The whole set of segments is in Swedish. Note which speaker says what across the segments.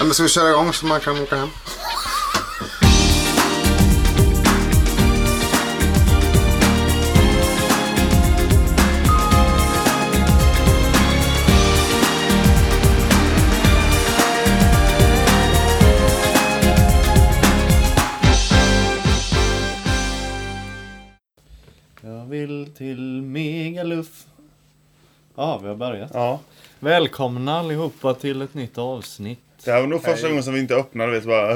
Speaker 1: Eller ska vi köra igång så man kan åka hem?
Speaker 2: Jag vill till Megaluff. Ja, vi har börjat.
Speaker 3: Ja.
Speaker 2: Välkomna allihopa till ett nytt avsnitt.
Speaker 3: Det här var nog första gången som vi inte öppnade. Vet, bara...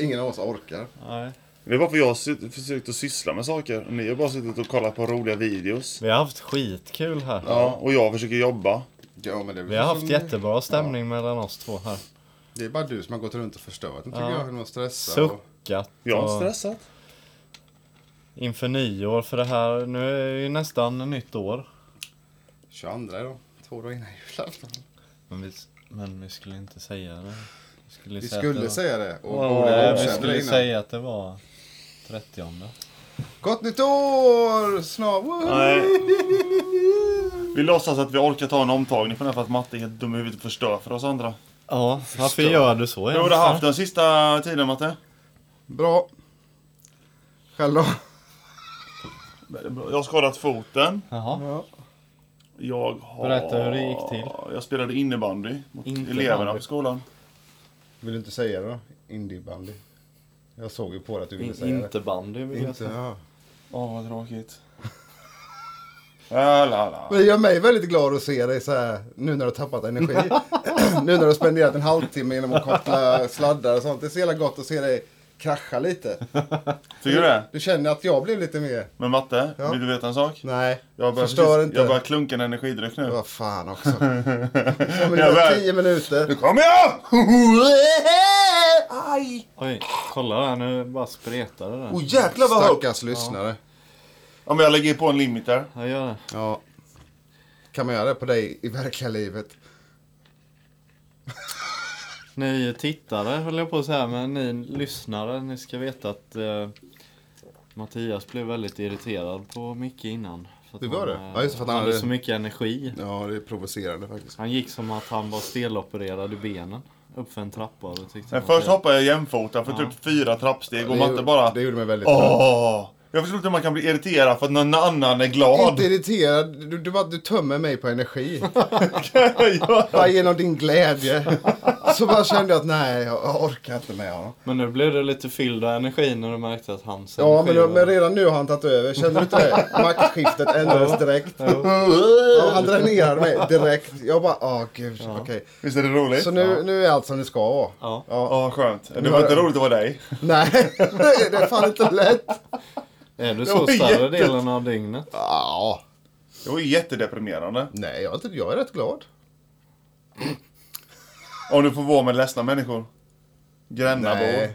Speaker 1: Ingen av oss orkar.
Speaker 2: Nej.
Speaker 3: Det var för jag sy- försökte att syssla med saker. Ni har bara suttit och kollat på roliga videos.
Speaker 2: Vi har haft skitkul här.
Speaker 3: Ja, och jag försöker jobba.
Speaker 1: Ja, men det är väl
Speaker 2: Vi har
Speaker 1: som-
Speaker 2: haft jättebra stämning mellan oss två här.
Speaker 1: Det är bara du som har gått runt och förstört den tycker
Speaker 2: Ja.
Speaker 1: jag. Genom att stressa. Och...
Speaker 2: Suckat
Speaker 3: Jag har
Speaker 2: och
Speaker 3: stressat.
Speaker 2: inför nyår för det här. Nu är det ju nästan nytt år.
Speaker 1: 22 idag. Två dagar innan julafton.
Speaker 2: Men vi, men vi skulle inte säga det. Vi skulle
Speaker 1: Vi
Speaker 2: säga att
Speaker 1: skulle
Speaker 2: det
Speaker 1: säga det. Och
Speaker 2: var...
Speaker 1: borde
Speaker 2: Nej, vi
Speaker 1: erkänna det
Speaker 2: skulle
Speaker 1: innan.
Speaker 2: säga att det var 30
Speaker 1: Gott nytt år! Snart.
Speaker 3: Nej. Vi låtsas att vi orkar ta en omtagning på den här för att Matte är helt dum i huvudet och förstör för oss andra.
Speaker 2: Ja, varför gör du så?
Speaker 3: Hur har du haft den sista tiden Matte?
Speaker 1: Bra. Själv då?
Speaker 3: Jag har skadat foten.
Speaker 2: Jaha.
Speaker 1: Ja.
Speaker 3: Jag har...
Speaker 2: Berätta hur det gick till.
Speaker 3: Jag spelade innebandy mot
Speaker 2: Innebandy.
Speaker 3: eleverna på skolan.
Speaker 1: Vill du inte säga det då? Indiebandy. Jag såg ju på dig att du ville
Speaker 2: In,
Speaker 1: säga
Speaker 2: inte bandy
Speaker 1: det.
Speaker 2: vill jag
Speaker 1: Inte.
Speaker 2: säga.
Speaker 1: Ja.
Speaker 3: Åh, vad tråkigt. Ah, la, la.
Speaker 1: Men det gör mig väldigt glad att se dig så här nu när du har tappat energi. nu när du har spenderat en halvtimme genom att koppla sladdar och sånt. Det är så jävla gott att se dig krascha lite.
Speaker 3: Tycker du det?
Speaker 1: Du känner att jag blev lite mer...
Speaker 3: Men Matte,
Speaker 1: Ja.
Speaker 3: vill du veta en sak?
Speaker 1: Nej,
Speaker 3: Jag börjar,
Speaker 1: förstör
Speaker 3: precis,
Speaker 1: inte.
Speaker 3: jag börjar klunka en energidryck nu.
Speaker 1: Vad fan också. Fem
Speaker 3: Jag
Speaker 1: minuter,
Speaker 3: börjar-
Speaker 1: tio minuter.
Speaker 3: Nu kommer jag!
Speaker 1: Aj!
Speaker 2: Oj, kolla där nu bara spretar det där.
Speaker 3: Oh jäklar vad högt!
Speaker 1: Stackars lyssnare.
Speaker 3: Ja, men jag lägger på en limiter.
Speaker 2: Jag gör det.
Speaker 1: Ja. Kan man göra det på dig i verkliga livet?
Speaker 2: Ni tittare höll jag på att säga, men ni lyssnare, ni ska veta att eh, Mattias blev väldigt irriterad på Micke innan. För att
Speaker 1: Det var det?
Speaker 2: eh,
Speaker 1: Ja, just det, för att
Speaker 2: han
Speaker 1: han
Speaker 2: hade
Speaker 1: hade-
Speaker 2: så mycket energi.
Speaker 1: Ja, det är provocerande faktiskt.
Speaker 2: Han gick som att han var stelopererad i benen. Upp för en trappa och det tyckte
Speaker 3: Men
Speaker 2: han var
Speaker 3: först
Speaker 2: fel.
Speaker 3: hoppade jag jämfota för typ fyra trappsteg och
Speaker 1: Det
Speaker 3: matte
Speaker 1: gjorde-
Speaker 3: bara...
Speaker 1: Det gjorde mig väldigt trött.
Speaker 3: Åh! Jag förstår inte hur man kan bli irriterad för att någon annan är glad.
Speaker 1: Inte irriterad. Du, du, bara- du tömmer mig på energi.
Speaker 3: Ja.
Speaker 1: Bara genom din glädje. Så bara kände jag att nej, jag jag orkar inte med honom.
Speaker 2: Men nu blev det lite fylld av energi när du märkte att hans
Speaker 1: Ja,
Speaker 2: energi
Speaker 1: men, då-
Speaker 2: var-
Speaker 1: men redan nu har han tagit över. Känner du inte det? Maktskiftet ändrades direkt. Ja, han dränerade mig direkt. Jag bara, åh gud, okej.
Speaker 3: Visst är det roligt?
Speaker 1: Så nu, nu är allt som det ska vara.
Speaker 2: Ja.
Speaker 3: Ja, skönt. Det var inte roligt att vara dig.
Speaker 1: Nej, det är fan inte lätt.
Speaker 2: Är du
Speaker 3: Det
Speaker 2: så
Speaker 3: var
Speaker 2: större
Speaker 3: jätte-
Speaker 2: delen av dygnet?
Speaker 1: Ja,
Speaker 3: Det var ju jättedeprimerande.
Speaker 1: nej, jag, är inte- jag är rätt glad.
Speaker 3: Om du får vara med ledsna människor. Grännabor.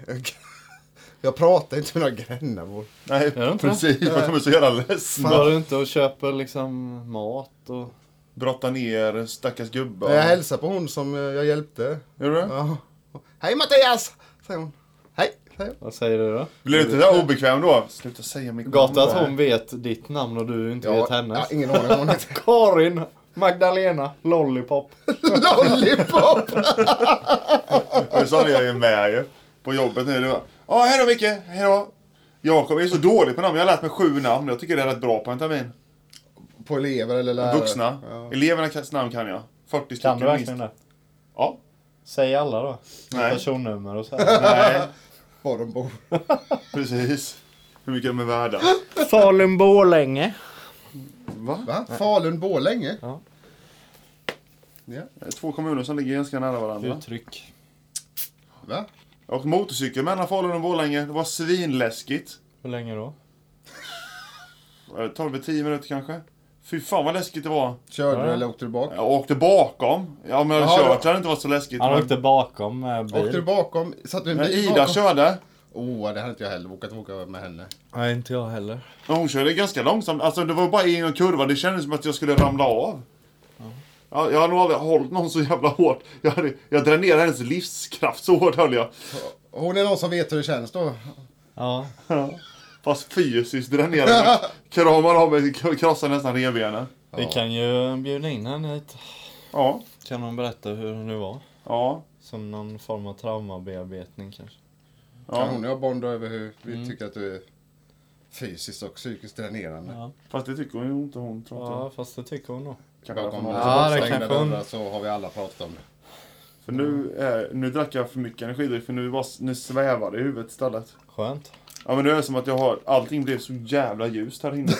Speaker 1: Jag pratar inte med några grännabor.
Speaker 3: Nej,
Speaker 2: det inte
Speaker 3: precis. De är så jävla ledsna.
Speaker 2: Går du inte och köper liksom mat och...
Speaker 3: Brotta ner stackars gubbar.
Speaker 1: Jag hälsar på hon som eh, jag hjälpte.
Speaker 3: Gör du det?
Speaker 1: Ja. Hej Mattias! Säger hon. Hej, säger hon.
Speaker 2: Vad säger du då?
Speaker 3: Blir du inte där obekväm då? Sluta säga mitt
Speaker 2: Gott
Speaker 3: namn.
Speaker 2: att hon vet ditt namn och du inte
Speaker 1: Ja,
Speaker 2: vet hennes.
Speaker 1: ja, ingen aning om hon heter.
Speaker 2: Karin Magdalena Lollipop.
Speaker 1: Lollipop!
Speaker 3: Och så hade jag ju med ju. På jobbet nu. Det var, Ja, hej då Micke. Hej då. Jakob, jag är så dålig på namn. Jag har lärt mig sju namn. Jag tycker det är rätt bra på en termin.
Speaker 1: På elever eller lärare.
Speaker 3: Vuxna.
Speaker 1: Ja.
Speaker 3: Elevernas namn kan jag. 40 stycken
Speaker 2: Kan du verkligen
Speaker 3: minst.
Speaker 2: det?
Speaker 3: Ja.
Speaker 2: Säg alla då.
Speaker 3: Nej.
Speaker 2: Personnummer och så här.
Speaker 3: Nej,
Speaker 1: Var de bor.
Speaker 3: precis. Hur mycket de är värda.
Speaker 2: Falun Borlänge.
Speaker 3: Va?
Speaker 1: Va? Falun, Borlänge?
Speaker 2: Ja.
Speaker 1: Ja,
Speaker 3: Två kommuner som ligger ganska nära varandra.
Speaker 2: Uttryck.
Speaker 1: va?
Speaker 3: Och motorcykel mellan Falun och Borlänge. Det var svinläskigt.
Speaker 2: Hur länge då?
Speaker 3: Det tar väl 10 minuter kanske. Fy fan vad läskigt det var.
Speaker 1: Körde du
Speaker 2: Ja.
Speaker 1: eller åkte du bak?
Speaker 3: Jag åkte bakom. Ja, men jag
Speaker 1: Jaha,
Speaker 3: hade kört
Speaker 1: då.
Speaker 3: hade det inte varit så läskigt.
Speaker 2: Han
Speaker 3: men-
Speaker 2: åkte bakom med bil.
Speaker 1: Åkte du bakom? Satt du en
Speaker 3: Men
Speaker 1: bil
Speaker 3: Ida
Speaker 1: bakom?
Speaker 3: körde.
Speaker 1: Åh, det hade inte jag heller vågat åka med henne.
Speaker 2: Nej, inte jag heller.
Speaker 3: Men hon körde ganska långsamt. Alltså det var bara i en kurva. Det kändes som att jag skulle ramla av. Ja, jag har nog aldrig hållit någon så jävla hårt. Jag, hade, jag dränerade hennes livskraft så hårt höll jag.
Speaker 1: Hon är någon som vet hur det känns då.
Speaker 2: Ja.
Speaker 3: Fast fysiskt dränerade jag. Kramade av mig, k- krossade nästan revbenen.
Speaker 2: Vi kan ju bjuda in henne hit.
Speaker 3: Ja.
Speaker 2: Kan hon berätta hur hon nu var?
Speaker 3: Ja.
Speaker 2: Som någon form av traumabearbetning kanske.
Speaker 1: Ja.
Speaker 3: ja.
Speaker 1: Hon och jag bondade över hur vi
Speaker 2: Mm.
Speaker 1: tycker att du är fysiskt och psykiskt dränerande.
Speaker 2: Ja,
Speaker 3: Fast det tycker hon ju inte hon tror jag.
Speaker 2: ja fast det tycker hon nog.
Speaker 3: Kan jag
Speaker 1: Bakom
Speaker 3: få någon-
Speaker 2: Ja, det
Speaker 1: stängda
Speaker 2: kanske hon-
Speaker 1: dörrar så har vi alla pratat om det.
Speaker 3: För nu, är, nu drack jag för mycket energidryck för nu, bara, nu svävar det i huvudet istället.
Speaker 2: Skönt.
Speaker 3: Ja men nu är det som att jag har, allting blev så jävla ljust här inne.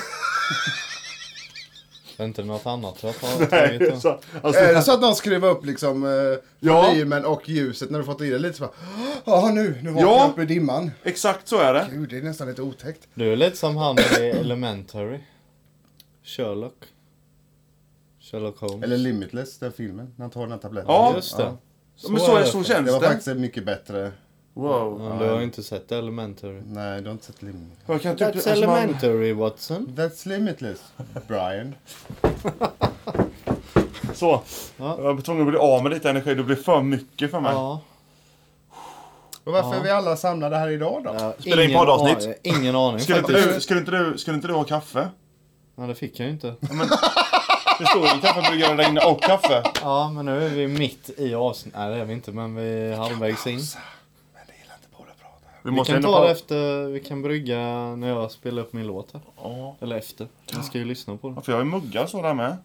Speaker 2: Det är inte något annat jag har
Speaker 3: Nej,
Speaker 2: tagit då.
Speaker 3: så, alltså,
Speaker 1: Är det så att någon skruvar upp liksom eh,
Speaker 3: Ja.
Speaker 1: volymen och ljuset när du fått i det lite så bara, Ja nu, nu vaknar
Speaker 3: Ja.
Speaker 1: jag upp i dimman.
Speaker 3: exakt så är det.
Speaker 1: Gud, det är nästan lite otäckt.
Speaker 2: Du är lite som han i Elementary. Sherlock. Sherlock Holmes.
Speaker 1: Eller Limitless, den filmen, när han tar den här tabletten.
Speaker 3: Ja,
Speaker 2: Just det.
Speaker 3: Så men så, är,
Speaker 2: det
Speaker 3: så
Speaker 2: faktiskt.
Speaker 1: Det var
Speaker 3: känns det.
Speaker 1: faktiskt mycket bättre.
Speaker 3: Wow.
Speaker 2: Ja, du har ju inte sett Elementary.
Speaker 3: Typ
Speaker 1: Nej, du har inte sett Limitless.
Speaker 3: Jag kan typ,
Speaker 2: That's
Speaker 3: alltså, man,
Speaker 2: Elementary Watson.
Speaker 1: That's Limitless, Brian.
Speaker 3: alltså, så.
Speaker 2: Ja.
Speaker 3: Jag var tvungen att bli av med lite energi, det blev för mycket för mig.
Speaker 2: Ja.
Speaker 1: Och varför är vi alla samlade här idag då?
Speaker 2: Ja,
Speaker 3: Spela in
Speaker 2: ingen
Speaker 3: poddavsnitt.
Speaker 2: aning- Ingen aning
Speaker 3: Skulle, inte
Speaker 2: faktiskt.
Speaker 3: du, skulle, inte du, skulle inte du ha kaffe?
Speaker 2: Ja, det fick jag ju inte.
Speaker 3: Det står ju en kaffebryggare där inne och kaffe.
Speaker 2: Ja, men nu är vi mitt i avsnittet. Nej, det är vi inte, men vi är halvvägs in.
Speaker 1: Men det gillar inte båda att prata.
Speaker 3: Vi
Speaker 2: Vi
Speaker 3: måste
Speaker 2: kan
Speaker 3: ändå
Speaker 2: ta det
Speaker 3: pa-
Speaker 2: efter, vi kan brygga när jag spelar upp min låt här.
Speaker 3: Ja.
Speaker 2: Eller efter. Jag ska ju lyssna på den.
Speaker 3: Ja, för jag har ju muggar så där med.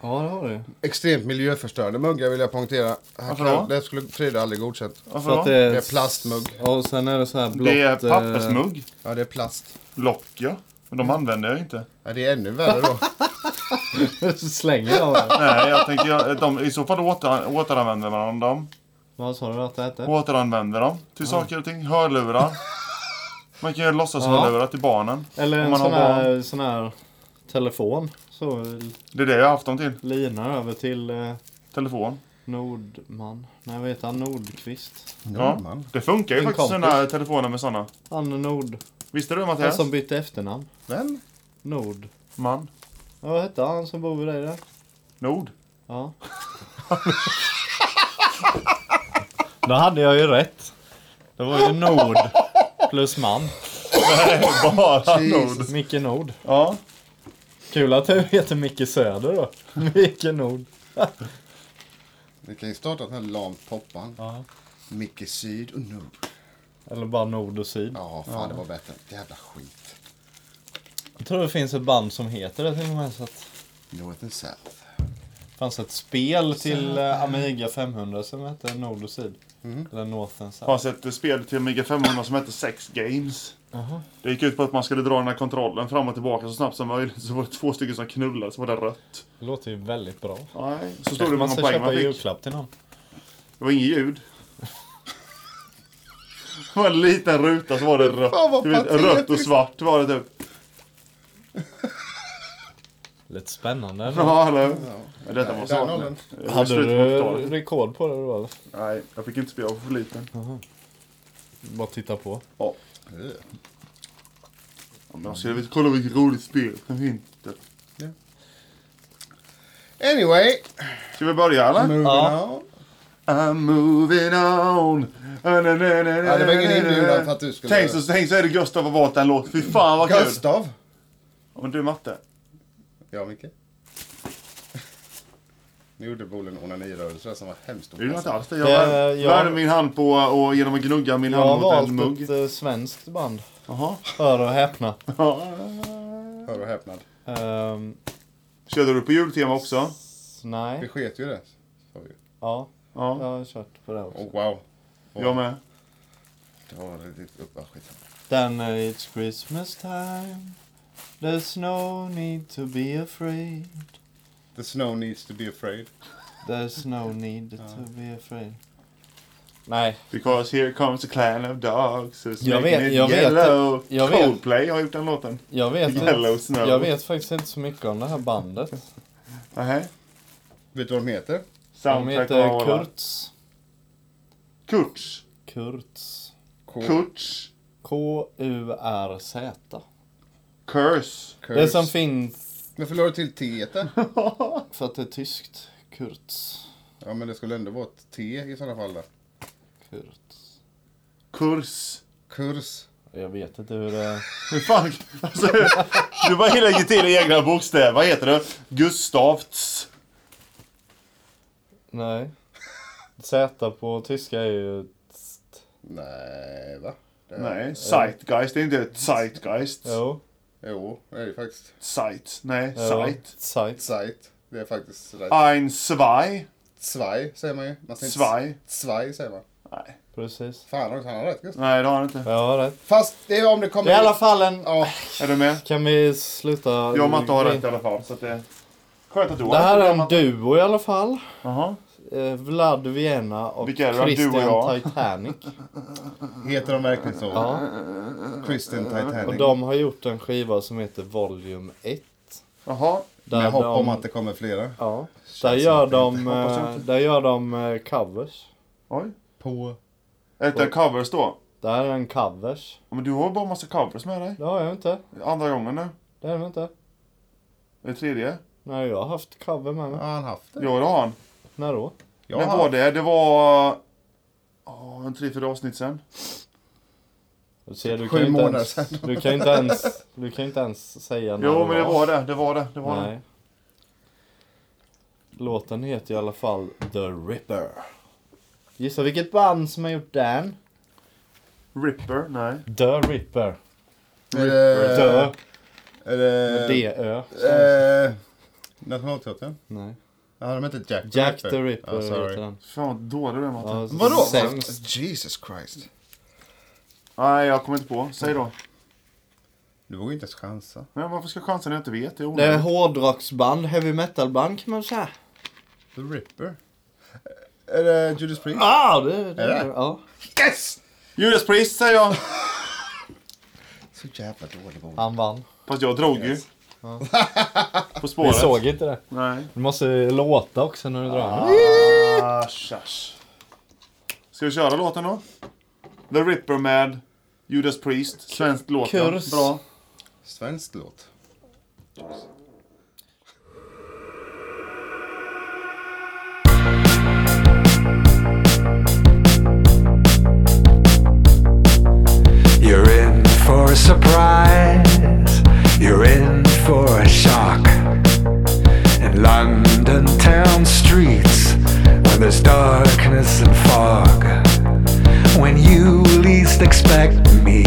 Speaker 2: Ja, det har du ju.
Speaker 1: Extremt miljöförstörande muggar vill jag poängtera. Här
Speaker 3: Varför
Speaker 1: kan-
Speaker 3: då?
Speaker 1: Det skulle Frida aldrig godkänt.
Speaker 3: Varför
Speaker 2: Så att
Speaker 3: då?
Speaker 2: det, är
Speaker 1: Det är plastmugg.
Speaker 2: Ja, Och sen är det så här blått.
Speaker 3: Det är
Speaker 2: eh,
Speaker 3: pappersmugg.
Speaker 1: Ja, det är plast.
Speaker 3: Lock ja. Men de använder jag inte.
Speaker 1: Ja, det är ännu värre då.
Speaker 2: Så slänger jag den.
Speaker 3: Nej, jag tänker jag, de, i så fall åter, återanvänder man dem.
Speaker 2: Vad sa du att det hette?
Speaker 3: Återanvänder dem till saker och ting. Hörlurar. Man kan ju låtsas
Speaker 2: Ja.
Speaker 3: hörlurar till barnen.
Speaker 2: Eller
Speaker 3: om
Speaker 2: en
Speaker 3: man har
Speaker 2: sån här, sån här telefon. Så
Speaker 3: Det är det jag har haft dem till.
Speaker 2: lina över till eh,
Speaker 3: Telefon.
Speaker 2: Nordman. Nej, vad heter han? Nordqvist.
Speaker 1: Nordman.
Speaker 3: Det funkar ju
Speaker 2: Min
Speaker 3: faktiskt
Speaker 2: kompis.
Speaker 3: sådana här telefoner med sådana.
Speaker 2: Han Nord.
Speaker 3: Visste du
Speaker 2: Han
Speaker 3: Mattias?
Speaker 2: som bytte efternamn.
Speaker 1: Vem?
Speaker 2: Nord.
Speaker 3: Man.
Speaker 2: Ja, vad hette han som bor vid dig där?
Speaker 3: Nord.
Speaker 2: Ja. Då hade jag ju rätt. Det var ju Nord plus man.
Speaker 3: Bara Nord.
Speaker 1: Jesus.
Speaker 2: Micke Nord.
Speaker 3: Ja.
Speaker 2: Kul att du heter Micke Söder då. Micke Nord.
Speaker 1: Vi kan ju starta den här lamt poppan. Micke Syd och Nord.
Speaker 2: Eller bara Nord och Syd.
Speaker 1: Ja, fan det var bättre. Jävla skit.
Speaker 2: Jag tror det finns ett band som heter det till och med. Så att
Speaker 1: North and South.
Speaker 2: det fanns ett spel till eh, Amiga 500 som hette Nord och Syd.
Speaker 3: Mm.
Speaker 2: Eller North and
Speaker 3: Det
Speaker 2: South.
Speaker 3: fanns ett spel till Amiga 500 som hette Sex Games. Det gick ut på att man skulle dra den här kontrollen fram och tillbaka så snabbt som möjligt. Så var det två stycken som knullade, så var det rött.
Speaker 2: Det låter ju väldigt bra.
Speaker 3: Nej. Så stod det hur
Speaker 2: man
Speaker 3: många
Speaker 2: ska
Speaker 3: poäng
Speaker 2: köpa
Speaker 3: man fick.
Speaker 2: julklapp till någon.
Speaker 3: Det var inget ljud. Det var en liten ruta så var det rött.
Speaker 1: Fan, vad
Speaker 3: Du vet,
Speaker 1: patetiskt.
Speaker 3: rött och svart var det typ.
Speaker 2: Lite spännande. ändå.
Speaker 3: Ja, eller ja. Detta var
Speaker 1: I den åldern.
Speaker 3: så. Det var
Speaker 2: Hade
Speaker 3: slut på
Speaker 2: du
Speaker 3: 80-talet.
Speaker 2: rekord på det då?
Speaker 3: Nej, jag fick inte spela, jag var för liten.
Speaker 2: Bara titta på.
Speaker 3: Ja.
Speaker 1: Ugh.
Speaker 3: Men jag skulle vilja kolla vilket roligt spel som finns.
Speaker 1: Anyway.
Speaker 3: Ska vi börja eller?
Speaker 1: Moving
Speaker 2: Ja.
Speaker 1: on.
Speaker 3: I'm moving on. Ja,
Speaker 1: det var ingen inbjudan för att du skulle-
Speaker 3: Tänk så, tänk så är det Gustav och Vatan låt. Fy fan vad kul.
Speaker 1: Gustav.
Speaker 3: Ja, Men du Matte.
Speaker 1: Ja, Micke. Nu gjorde Bolen onanirörelser som var hemskt
Speaker 3: Det gjorde jag inte alls det. Jag
Speaker 2: Det-
Speaker 3: värde
Speaker 2: jag-
Speaker 3: värde min hand på och genom att gnugga min
Speaker 2: Jag har
Speaker 3: hand mot en
Speaker 2: valt
Speaker 3: mugg.
Speaker 2: ett eh, svenskt band.
Speaker 3: Jaha.
Speaker 2: Hör och häpna.
Speaker 1: Hör och häpnad.
Speaker 2: Ehm,
Speaker 3: Körde du på jultema också?
Speaker 1: Vi
Speaker 2: nej.
Speaker 1: sket ju det. sa vi.
Speaker 2: Ja, jag
Speaker 3: Ja.
Speaker 2: har kört på det också.
Speaker 1: Oh, wow.
Speaker 3: Jag med.
Speaker 1: Det var riktigt upp... ah, skitsamma.
Speaker 2: Then uh, it's Christmas time. There's no need to be afraid.
Speaker 1: The snow needs to be afraid.
Speaker 2: There's no need to be afraid. Nej,
Speaker 3: Because here comes a clan of dogs. who's
Speaker 2: Jag
Speaker 3: making
Speaker 2: vet-
Speaker 3: it
Speaker 2: jag vet-
Speaker 3: yellow.
Speaker 2: jag vet.
Speaker 3: Coldplay har gjort den låten.
Speaker 2: jag vet,
Speaker 3: Yellow
Speaker 2: inte,
Speaker 3: snow.
Speaker 2: jag vet faktiskt inte så mycket om det här bandet.
Speaker 3: Nähä.
Speaker 1: Vet du vad de heter?
Speaker 2: De
Speaker 3: Soundtrack
Speaker 2: heter
Speaker 3: av-
Speaker 2: Kurtz.
Speaker 3: Kurtz.
Speaker 2: Kurtz.
Speaker 1: K-
Speaker 3: Kurtz.
Speaker 2: K-U-R-Z.
Speaker 3: Curse.
Speaker 2: Det som
Speaker 1: Curse.
Speaker 2: finns
Speaker 1: Varför la du till T där?
Speaker 2: för att det är tyskt. Kurtz.
Speaker 1: Ja, men det skulle ändå vara ett T i sådana fall. Där.
Speaker 2: Kurtz.
Speaker 3: Kurs.
Speaker 1: Kurs.
Speaker 2: Jag vet inte hur det...
Speaker 3: Hur fan... Alltså, du bara lägger till egna bokstäver. Vad heter det? Gustavts.
Speaker 2: Nej. Z på tyska är ju... tst.
Speaker 1: Nej, va? Det är,
Speaker 3: Nej, Zeitgeist. Det är inte ett Zeitgeist.
Speaker 2: Jo.
Speaker 1: Jo, det är ju faktiskt
Speaker 3: Zeit. Nej,
Speaker 2: jo,
Speaker 3: Zeit.
Speaker 2: Zeit.
Speaker 1: sajt. Det är faktiskt rätt.
Speaker 3: Ein Zwei.
Speaker 1: Svaj säger man ju. Man säger inte
Speaker 3: Ah. Zwei.
Speaker 1: Svaj säger man.
Speaker 3: Nej,
Speaker 2: Precis.
Speaker 1: Fan, han har rätt just.
Speaker 3: Nej det har han inte.
Speaker 2: Ja, rätt.
Speaker 1: Fast det är om det kommer...
Speaker 2: Det är i alla fall en...
Speaker 1: Ja,
Speaker 3: Är du med?
Speaker 2: Kan vi sluta...
Speaker 3: Jag och Matte har rätt i alla fall. Så att det... Skönt att du har
Speaker 2: Det här
Speaker 3: rätt,
Speaker 2: är en
Speaker 3: Matte.
Speaker 2: duo i alla fall.
Speaker 3: Jaha.
Speaker 2: Eh, Vlad Vienna och
Speaker 3: Vilka är det då? Du och
Speaker 2: Christian
Speaker 3: jag?
Speaker 2: Titanic.
Speaker 1: heter de verkligen så?
Speaker 2: Ja.
Speaker 1: Kristen Titanic.
Speaker 2: Och de har gjort en skiva som heter Volume 1.
Speaker 3: Jaha.
Speaker 2: Där
Speaker 1: Med hopp
Speaker 2: de,
Speaker 1: om att det kommer flera.
Speaker 2: Ja. Där gör, de,
Speaker 3: Hoppas jag
Speaker 2: eh,
Speaker 3: inte.
Speaker 2: där gör de eh, covers.
Speaker 3: Oj.
Speaker 1: På...
Speaker 3: Är det covers då?
Speaker 2: Det här är en covers.
Speaker 3: Ja, Men du har bara massa covers med dig.
Speaker 2: Det har jag inte.
Speaker 3: Andra gången nu.
Speaker 2: Det är det inte.
Speaker 3: Är det tredje?
Speaker 2: Nej, jag har haft cover med
Speaker 1: Ja,
Speaker 2: mig.
Speaker 1: han haft det.
Speaker 3: Ja det har han.
Speaker 2: När då?
Speaker 1: Jag
Speaker 3: När
Speaker 1: har
Speaker 3: var det? Det var... Oh, en tre, fyra avsnitt sen.
Speaker 2: Du ser,
Speaker 1: Sju
Speaker 2: du kan ju inte
Speaker 1: månader
Speaker 2: ens,
Speaker 1: sedan.
Speaker 2: Du kan ju inte ens, du kan ju inte ens säga när
Speaker 3: Jo men det var det. Det var det. det, var det.
Speaker 2: Nej. Låten heter i alla fall The Ripper. Gissa vilket band som har gjort den?
Speaker 3: Ripper? Nej.
Speaker 2: The Ripper.
Speaker 1: Eh, Är det...
Speaker 2: The.
Speaker 1: Är det...
Speaker 2: D-Ö.
Speaker 1: Eh, Nationalteatern?
Speaker 2: Nej.
Speaker 1: Ja, de heter Jack the
Speaker 2: Jack the
Speaker 1: Ja,
Speaker 2: Ripper heter
Speaker 1: sorry.
Speaker 2: den.
Speaker 3: Fan vad dålig du är Matte.
Speaker 2: Ja,
Speaker 1: Vadå?
Speaker 2: Sämst.
Speaker 1: Jesus Christ.
Speaker 3: Nej jag kommer inte på. Säg då.
Speaker 1: Du vågar inte ens chansa.
Speaker 3: Men varför ska jag chansa när jag inte vet? Det är
Speaker 2: Det är
Speaker 3: onödigt.
Speaker 2: hårdrocksband, heavy metal-band kan man säga.
Speaker 1: The Ripper? Eh, Är det Judas Priest?
Speaker 2: Ah, det, det,
Speaker 1: Är det?
Speaker 2: Ja.
Speaker 1: Yes!
Speaker 3: Judas Priest säger jag.
Speaker 1: Så jävla dålig på
Speaker 2: Han vann.
Speaker 3: Fast jag drog ju. På spåret.
Speaker 2: Vi såg inte det.
Speaker 3: Nej.
Speaker 2: Du måste låta också när du drar. Ah,
Speaker 3: Asch, asch. Ska vi köra låten då? The Ripper med Judas Priest. Svensk låt. ja.
Speaker 2: kurs.
Speaker 3: Bra.
Speaker 1: Svensk låt.
Speaker 4: You're in for a surprise. You're in for a shock. In London town streets, where there's darkness and fog. When you least expect me,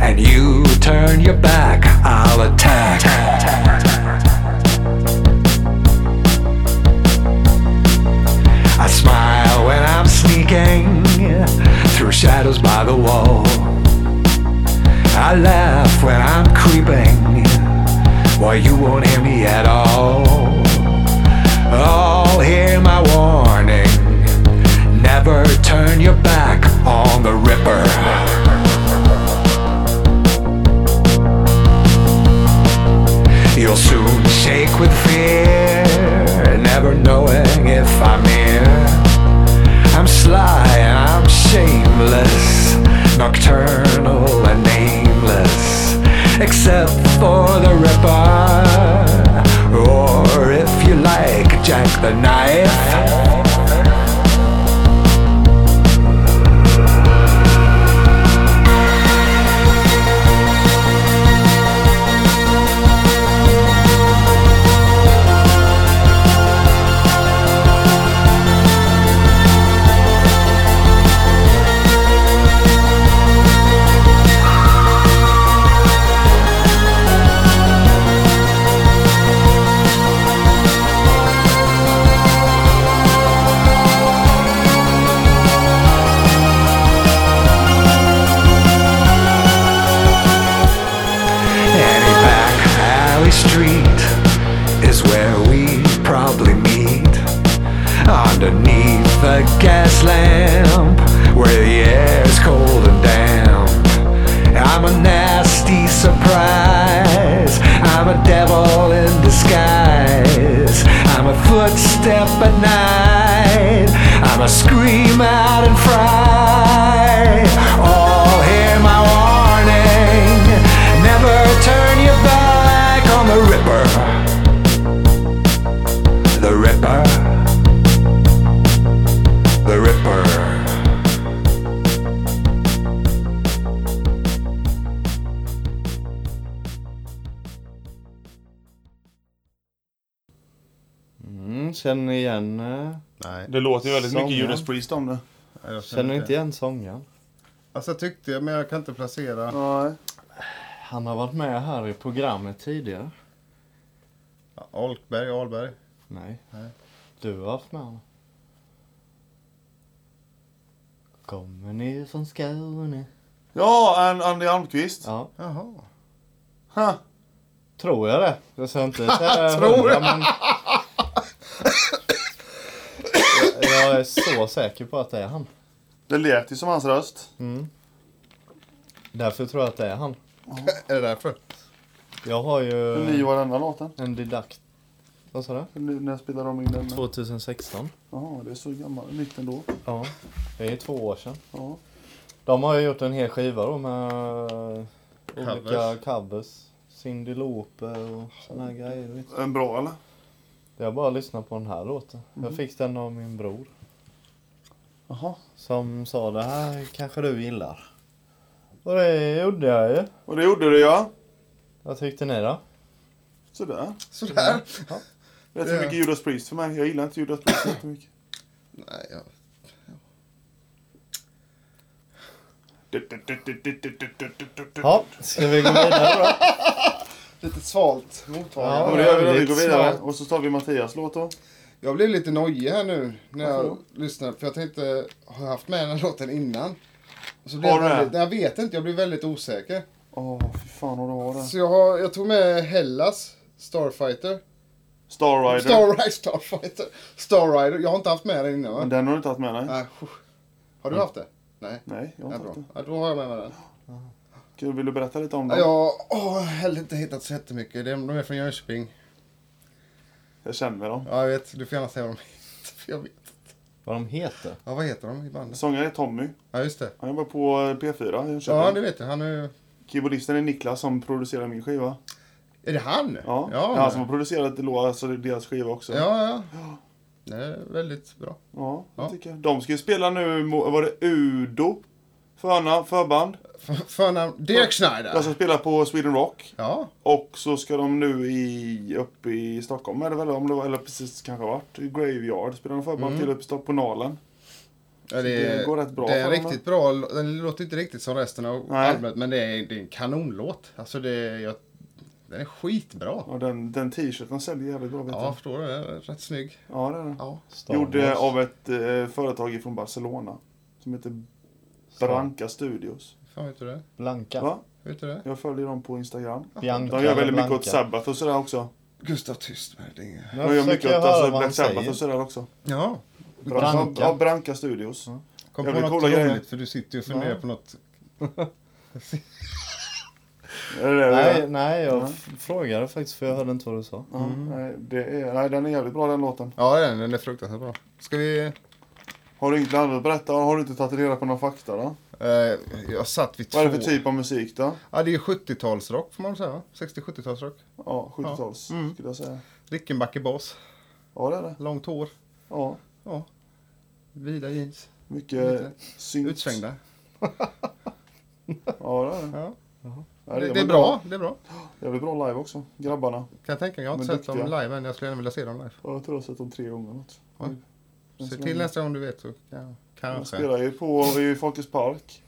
Speaker 4: and you turn your back, I'll attack. I smile when I'm sneaking through shadows by the wall. I laugh when I'm creeping, while you won't hear me at all. All hear my warning. Never turn your back on the Ripper. You'll soon shake with fear, never knowing if I'm here. I'm sly and I'm shameless, nocturnal and nameless, except for the Ripper, or if you like, Jack the Knife. Any back alley street is where we probably meet. Underneath the gas lamp, where the air's cold and damp. I'm a nasty surprise. I'm a devil in disguise. I'm a footstep at night. I'm a scream out in fright. All hear my warning. Never turn your back on the Ripper. The Ripper. The Ripper.
Speaker 2: Mm, känner ni igen eh,
Speaker 1: Nej.
Speaker 3: Det låter ju väldigt
Speaker 2: Sången.
Speaker 3: mycket Judas Priest om det.
Speaker 1: Nej, jag
Speaker 2: Känner inte igen sången.
Speaker 1: Alltså jag tyckte jag, men jag kan inte placera.
Speaker 3: Nej.
Speaker 2: Han har varit med här i programmet tidigare.
Speaker 1: Ja, Alkberg, Ahlberg.
Speaker 2: Nej.
Speaker 1: Nej.
Speaker 2: Du har haft med honom. Kommer ni från Skåne?
Speaker 3: Ja, An- Andy Almqvist.
Speaker 2: Ja,
Speaker 1: Jaha.
Speaker 3: Ha.
Speaker 2: tror jag det. Jag ska inte säga hundra, men... Jag- Jag är så säker på att det är han.
Speaker 3: Det lät ju som hans röst.
Speaker 2: Därför tror jag att det är han.
Speaker 1: Är det därför?
Speaker 2: Jag har ju
Speaker 3: Den är ju varenda låten.
Speaker 2: en didakt... Vad sa du?
Speaker 3: Nu när jag spelar de in den.
Speaker 2: 2016.
Speaker 3: Jaha, det är så gammal. Nytt ändå.
Speaker 2: Ja, det är två år sedan.
Speaker 3: Ja.
Speaker 2: De har ju gjort en hel skiva då med olika
Speaker 1: Covers.
Speaker 2: covers. Cyndi Lauper och såna här grejer. vet
Speaker 3: En bra eller?
Speaker 2: du. Jag bara lyssnat på den här låten.
Speaker 3: Mm.
Speaker 2: Jag fick den av min bror.
Speaker 3: Jaha.
Speaker 2: Som sa det här kanske du gillar. Och det gjorde jag ju.
Speaker 3: Och det gjorde du ja.
Speaker 2: Vad tyckte ni då?
Speaker 3: Sådär.
Speaker 1: Sådär.
Speaker 3: Rätt
Speaker 1: Ja.
Speaker 3: för mycket Judas Priest för mig. Jag gillar inte Judas Priest jättemycket.
Speaker 1: Nej, jag...
Speaker 2: Ja, ska vi gå vidare då?
Speaker 1: Lite svalt mottagande.
Speaker 2: Ja,
Speaker 3: Och det gör vi då. Vi
Speaker 2: lite
Speaker 3: går vidare.
Speaker 2: smart.
Speaker 3: Och så tar vi Mattias låt då.
Speaker 1: Jag blev lite nojig här nu när
Speaker 3: Varför
Speaker 1: jag
Speaker 3: då?
Speaker 1: lyssnade. För jag tänkte, har jag haft med den här låten innan? Och så blev
Speaker 3: Har
Speaker 1: jag,
Speaker 3: du det?
Speaker 1: väldigt, jag vet inte, jag blev väldigt osäker.
Speaker 3: Åh, fy fan vad du har det.
Speaker 1: Så jag, har, jag tog med Hellas, Starfighter.
Speaker 3: Star Rider.
Speaker 1: Starrider, Starfighter. Starrider. Jag har inte haft med den innan va?
Speaker 3: Men den har du inte haft med dig?
Speaker 1: Nej, pff. har du haft det? Nej.
Speaker 3: Nej, Mm. jag har
Speaker 1: Ja,
Speaker 3: inte haft
Speaker 1: bra.
Speaker 3: det.
Speaker 1: Ja, då har jag med mig den.
Speaker 3: Kul, vill du berätta lite
Speaker 1: Ja,
Speaker 3: om dem?
Speaker 1: jag åh, jag har heller inte hittat så jättemycket. De de är från Jönköping.
Speaker 3: Jag känner dem.
Speaker 1: Ja, jag vet. Du får gärna säga vad de heter. för Jag vet.
Speaker 2: Vad de heter?
Speaker 1: Ja, vad heter de i bandet?
Speaker 3: Sångaren är Tommy.
Speaker 1: Ja, just det.
Speaker 3: Han jobbar på eh, P4 i Jönköping.
Speaker 1: Ja, det vet jag. Han är
Speaker 3: Keyboardisten är Niklas som producerar min skiva.
Speaker 1: Är det han?
Speaker 3: Ja, det
Speaker 1: Ja,
Speaker 3: är han som har producerat lå- alltså deras skiva också.
Speaker 1: ja. ja. Det är väldigt bra.
Speaker 3: Ja, det
Speaker 1: Ja.
Speaker 3: tycker jag. De ska ju spela nu, mo- var det Udo? Förna, förband.
Speaker 1: F- Förnamn? Dirk
Speaker 3: De ska
Speaker 1: Schneider.
Speaker 3: spela på Sweden Rock.
Speaker 1: Ja.
Speaker 3: Och så ska de nu i, uppe i Stockholm är det väl, om det var, eller precis kanske vart, i Graveyard spelar de förband
Speaker 1: Mm.
Speaker 3: till uppe i Stock- på Nalen.
Speaker 1: ja
Speaker 3: det går rätt bra
Speaker 1: Det är
Speaker 3: för
Speaker 1: en
Speaker 3: dem,
Speaker 1: riktigt bra. lå- Den låter inte riktigt som resten av
Speaker 3: Nej.
Speaker 1: albumet, men det är, det är en kanonlåt. Alltså, det är, jag, den är skitbra.
Speaker 3: Ja, den, den t-shirten säljer jävligt bra vet
Speaker 1: Ja,
Speaker 3: jag.
Speaker 1: jag förstår du? Den är Rätt snygg.
Speaker 3: Ja, det är den.
Speaker 1: Ja.
Speaker 2: Star
Speaker 3: Gjord eh,
Speaker 2: Wars.
Speaker 3: av ett eh, företag från Barcelona. Som heter Branca Studios.
Speaker 1: Fan, vet du det?
Speaker 2: Blanka.
Speaker 3: Va?
Speaker 1: Vet du det?
Speaker 3: Jag följer dem på Instagram.
Speaker 2: Bianca
Speaker 3: De gör väldigt mycket
Speaker 2: Blanca.
Speaker 3: åt Sabbath och sådär också.
Speaker 1: Gustav Tyst med det.
Speaker 2: Nu
Speaker 3: De gör
Speaker 2: försöker
Speaker 3: mycket
Speaker 2: jag
Speaker 3: åt
Speaker 2: höra
Speaker 3: alltså,
Speaker 2: vad han
Speaker 3: Black Sabbath
Speaker 2: säger.
Speaker 3: och sådär också.
Speaker 1: Ja.
Speaker 2: Branca.
Speaker 3: Branca. Ja, Branca Studios.
Speaker 1: Kom
Speaker 3: Jag
Speaker 1: på
Speaker 3: vill
Speaker 1: något
Speaker 3: kolla
Speaker 1: roligt,
Speaker 3: grejer.
Speaker 1: för du sitter ju och funderar
Speaker 2: Ja.
Speaker 1: på något.
Speaker 3: Är det det vi
Speaker 2: Nej,
Speaker 3: gör?
Speaker 2: nej, jag
Speaker 3: Ja.
Speaker 2: f- frågade faktiskt för jag hörde inte vad du sa.
Speaker 3: Ja, nej, det är, nej, den är jävligt bra den låten.
Speaker 1: Ja, den, den är fruktansvärt bra. Ska vi...
Speaker 3: Har du inget annat att berätta? Har du inte tagit reda på några fakta då?
Speaker 1: Eh, jag satt vid två...
Speaker 3: Vad är det för typ av musik då?
Speaker 1: Ja, det är 70-talsrock får man väl säga. va? 60-70-talsrock.
Speaker 3: Ja, 70-tals skulle jag säga.
Speaker 1: Rickenback i bas.
Speaker 3: Ja, det är det.
Speaker 1: Långt hår.
Speaker 3: Ja,
Speaker 1: Ja. Vida jeans.
Speaker 3: mycket
Speaker 1: Lite
Speaker 3: synt.
Speaker 1: Utsvängda.
Speaker 3: Ja, det är det.
Speaker 1: Ja.
Speaker 3: Ja,
Speaker 1: Det,
Speaker 3: de
Speaker 1: det är bra. Det är bra.
Speaker 3: Jävligt bra live också, grabbarna.
Speaker 1: Kan jag tänka mig. Jag har inte
Speaker 3: Men
Speaker 1: sett dem
Speaker 3: duktiga.
Speaker 1: live än. Jag skulle gärna vilja se dem live.
Speaker 3: Ja, Jag tror jag har sett dem tre gånger något.
Speaker 1: Oj.
Speaker 3: Men
Speaker 1: Se
Speaker 3: så
Speaker 1: till
Speaker 3: länge.
Speaker 1: nästa gång du vet så kan jag
Speaker 3: De
Speaker 1: kanske.
Speaker 3: spelar ju på i Folkets Park.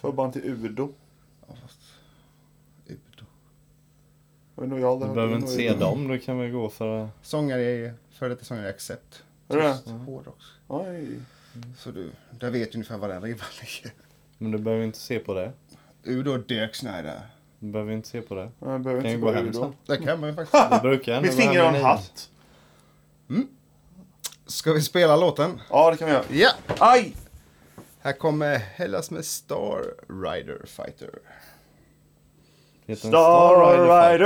Speaker 3: Förband till Udo.
Speaker 1: Ja, fast- Udo.
Speaker 3: Jag vet nog, jag har aldrig
Speaker 2: Du
Speaker 3: hört
Speaker 2: behöver
Speaker 3: Udo
Speaker 2: inte se
Speaker 3: innan.
Speaker 2: dem, du kan väl gå för...
Speaker 1: Sångare i... Före detta sångare i Accept.
Speaker 3: Är det? Mm.
Speaker 1: Tyst Hårdrock.
Speaker 3: Oj.
Speaker 1: Så du, där vet du ungefär var den ribban ligger.
Speaker 2: Men du behöver inte se på det.
Speaker 1: Udo och Dirk Schneider.
Speaker 2: Du behöver inte se på det.
Speaker 3: Nej, Jag behöver
Speaker 2: Kan
Speaker 3: inte
Speaker 2: ju
Speaker 3: gå
Speaker 2: gå hem
Speaker 3: Udo.
Speaker 2: sen.
Speaker 1: Där kan man ju faktiskt.
Speaker 3: Mm.
Speaker 2: Du brukar ändå
Speaker 3: Mitt
Speaker 2: gå hem
Speaker 3: finger har
Speaker 2: med
Speaker 3: en
Speaker 2: nio.
Speaker 3: hatt.
Speaker 1: Ska vi spela låten?
Speaker 3: Ja, det kan vi göra.
Speaker 1: Ja!
Speaker 3: Aj!
Speaker 1: Här kommer Hellas med Star Rider Fighter.
Speaker 2: Heter den
Speaker 3: Star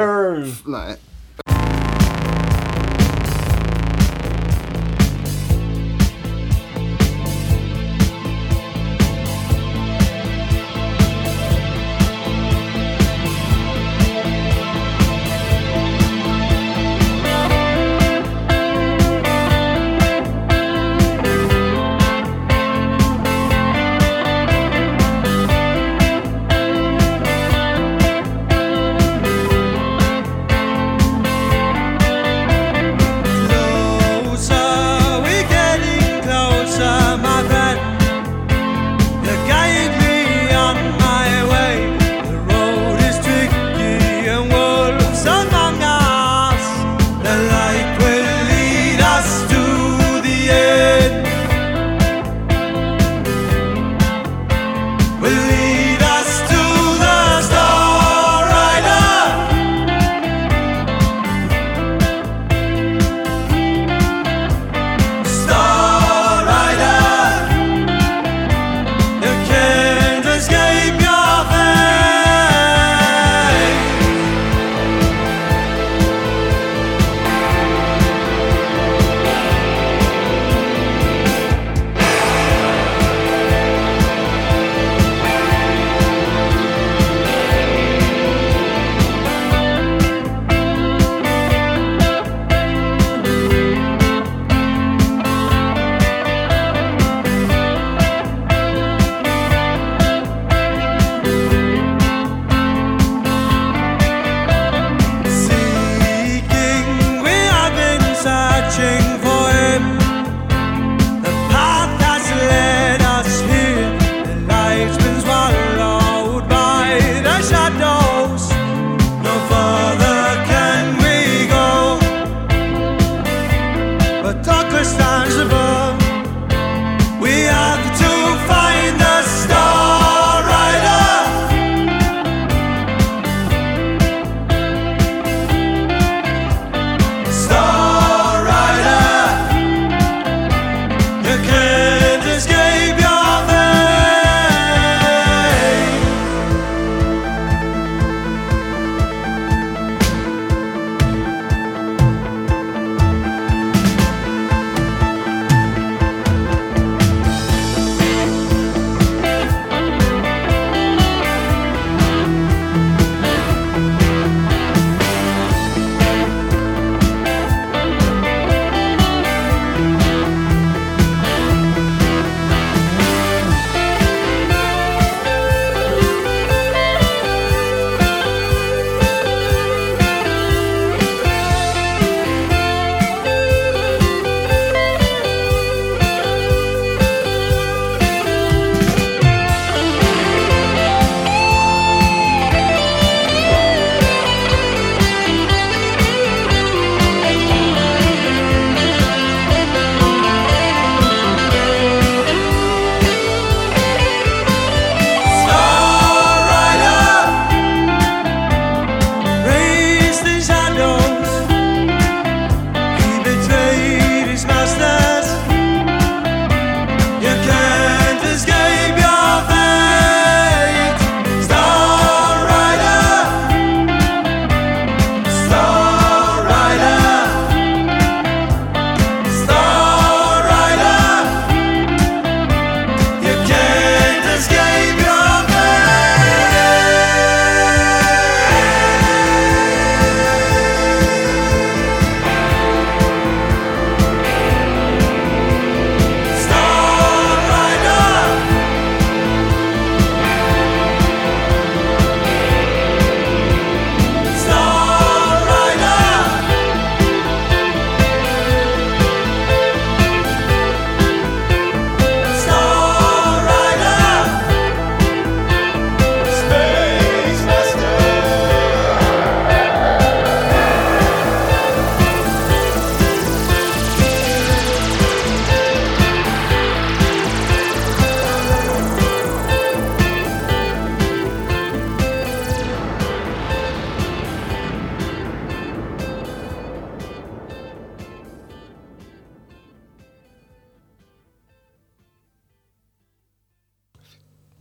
Speaker 2: Fighter?
Speaker 3: Rider!
Speaker 1: Nej.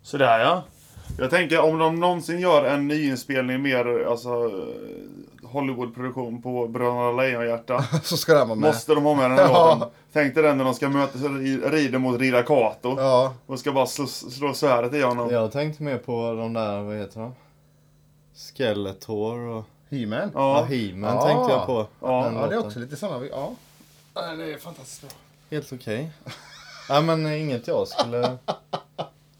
Speaker 3: Sådär ja. Jag tänker om de någonsin gör en nyinspelning mer, alltså eh, Hollywoodproduktion på Bröderna Lejonhjärta.
Speaker 1: Så ska den vara med.
Speaker 3: Måste de ha med den här låten. Tänk dig den när de ska mötas och ri- rider mot Rida Kato.
Speaker 1: Ja.
Speaker 3: Och ska bara slå, slå svärdet i honom. Ja.
Speaker 2: Jag tänkte mer på de där, vad heter de? Skeletor och...
Speaker 1: He-Man.
Speaker 2: Ja,
Speaker 3: Ja.
Speaker 2: He-Man
Speaker 1: Ja.
Speaker 2: tänkte jag på.
Speaker 3: Ja.
Speaker 2: Den
Speaker 1: Ja, det är
Speaker 2: låten.
Speaker 1: också lite samma. Ja. Den är fantastiskt bra.
Speaker 2: Helt okej. Nej men eh, inget jag skulle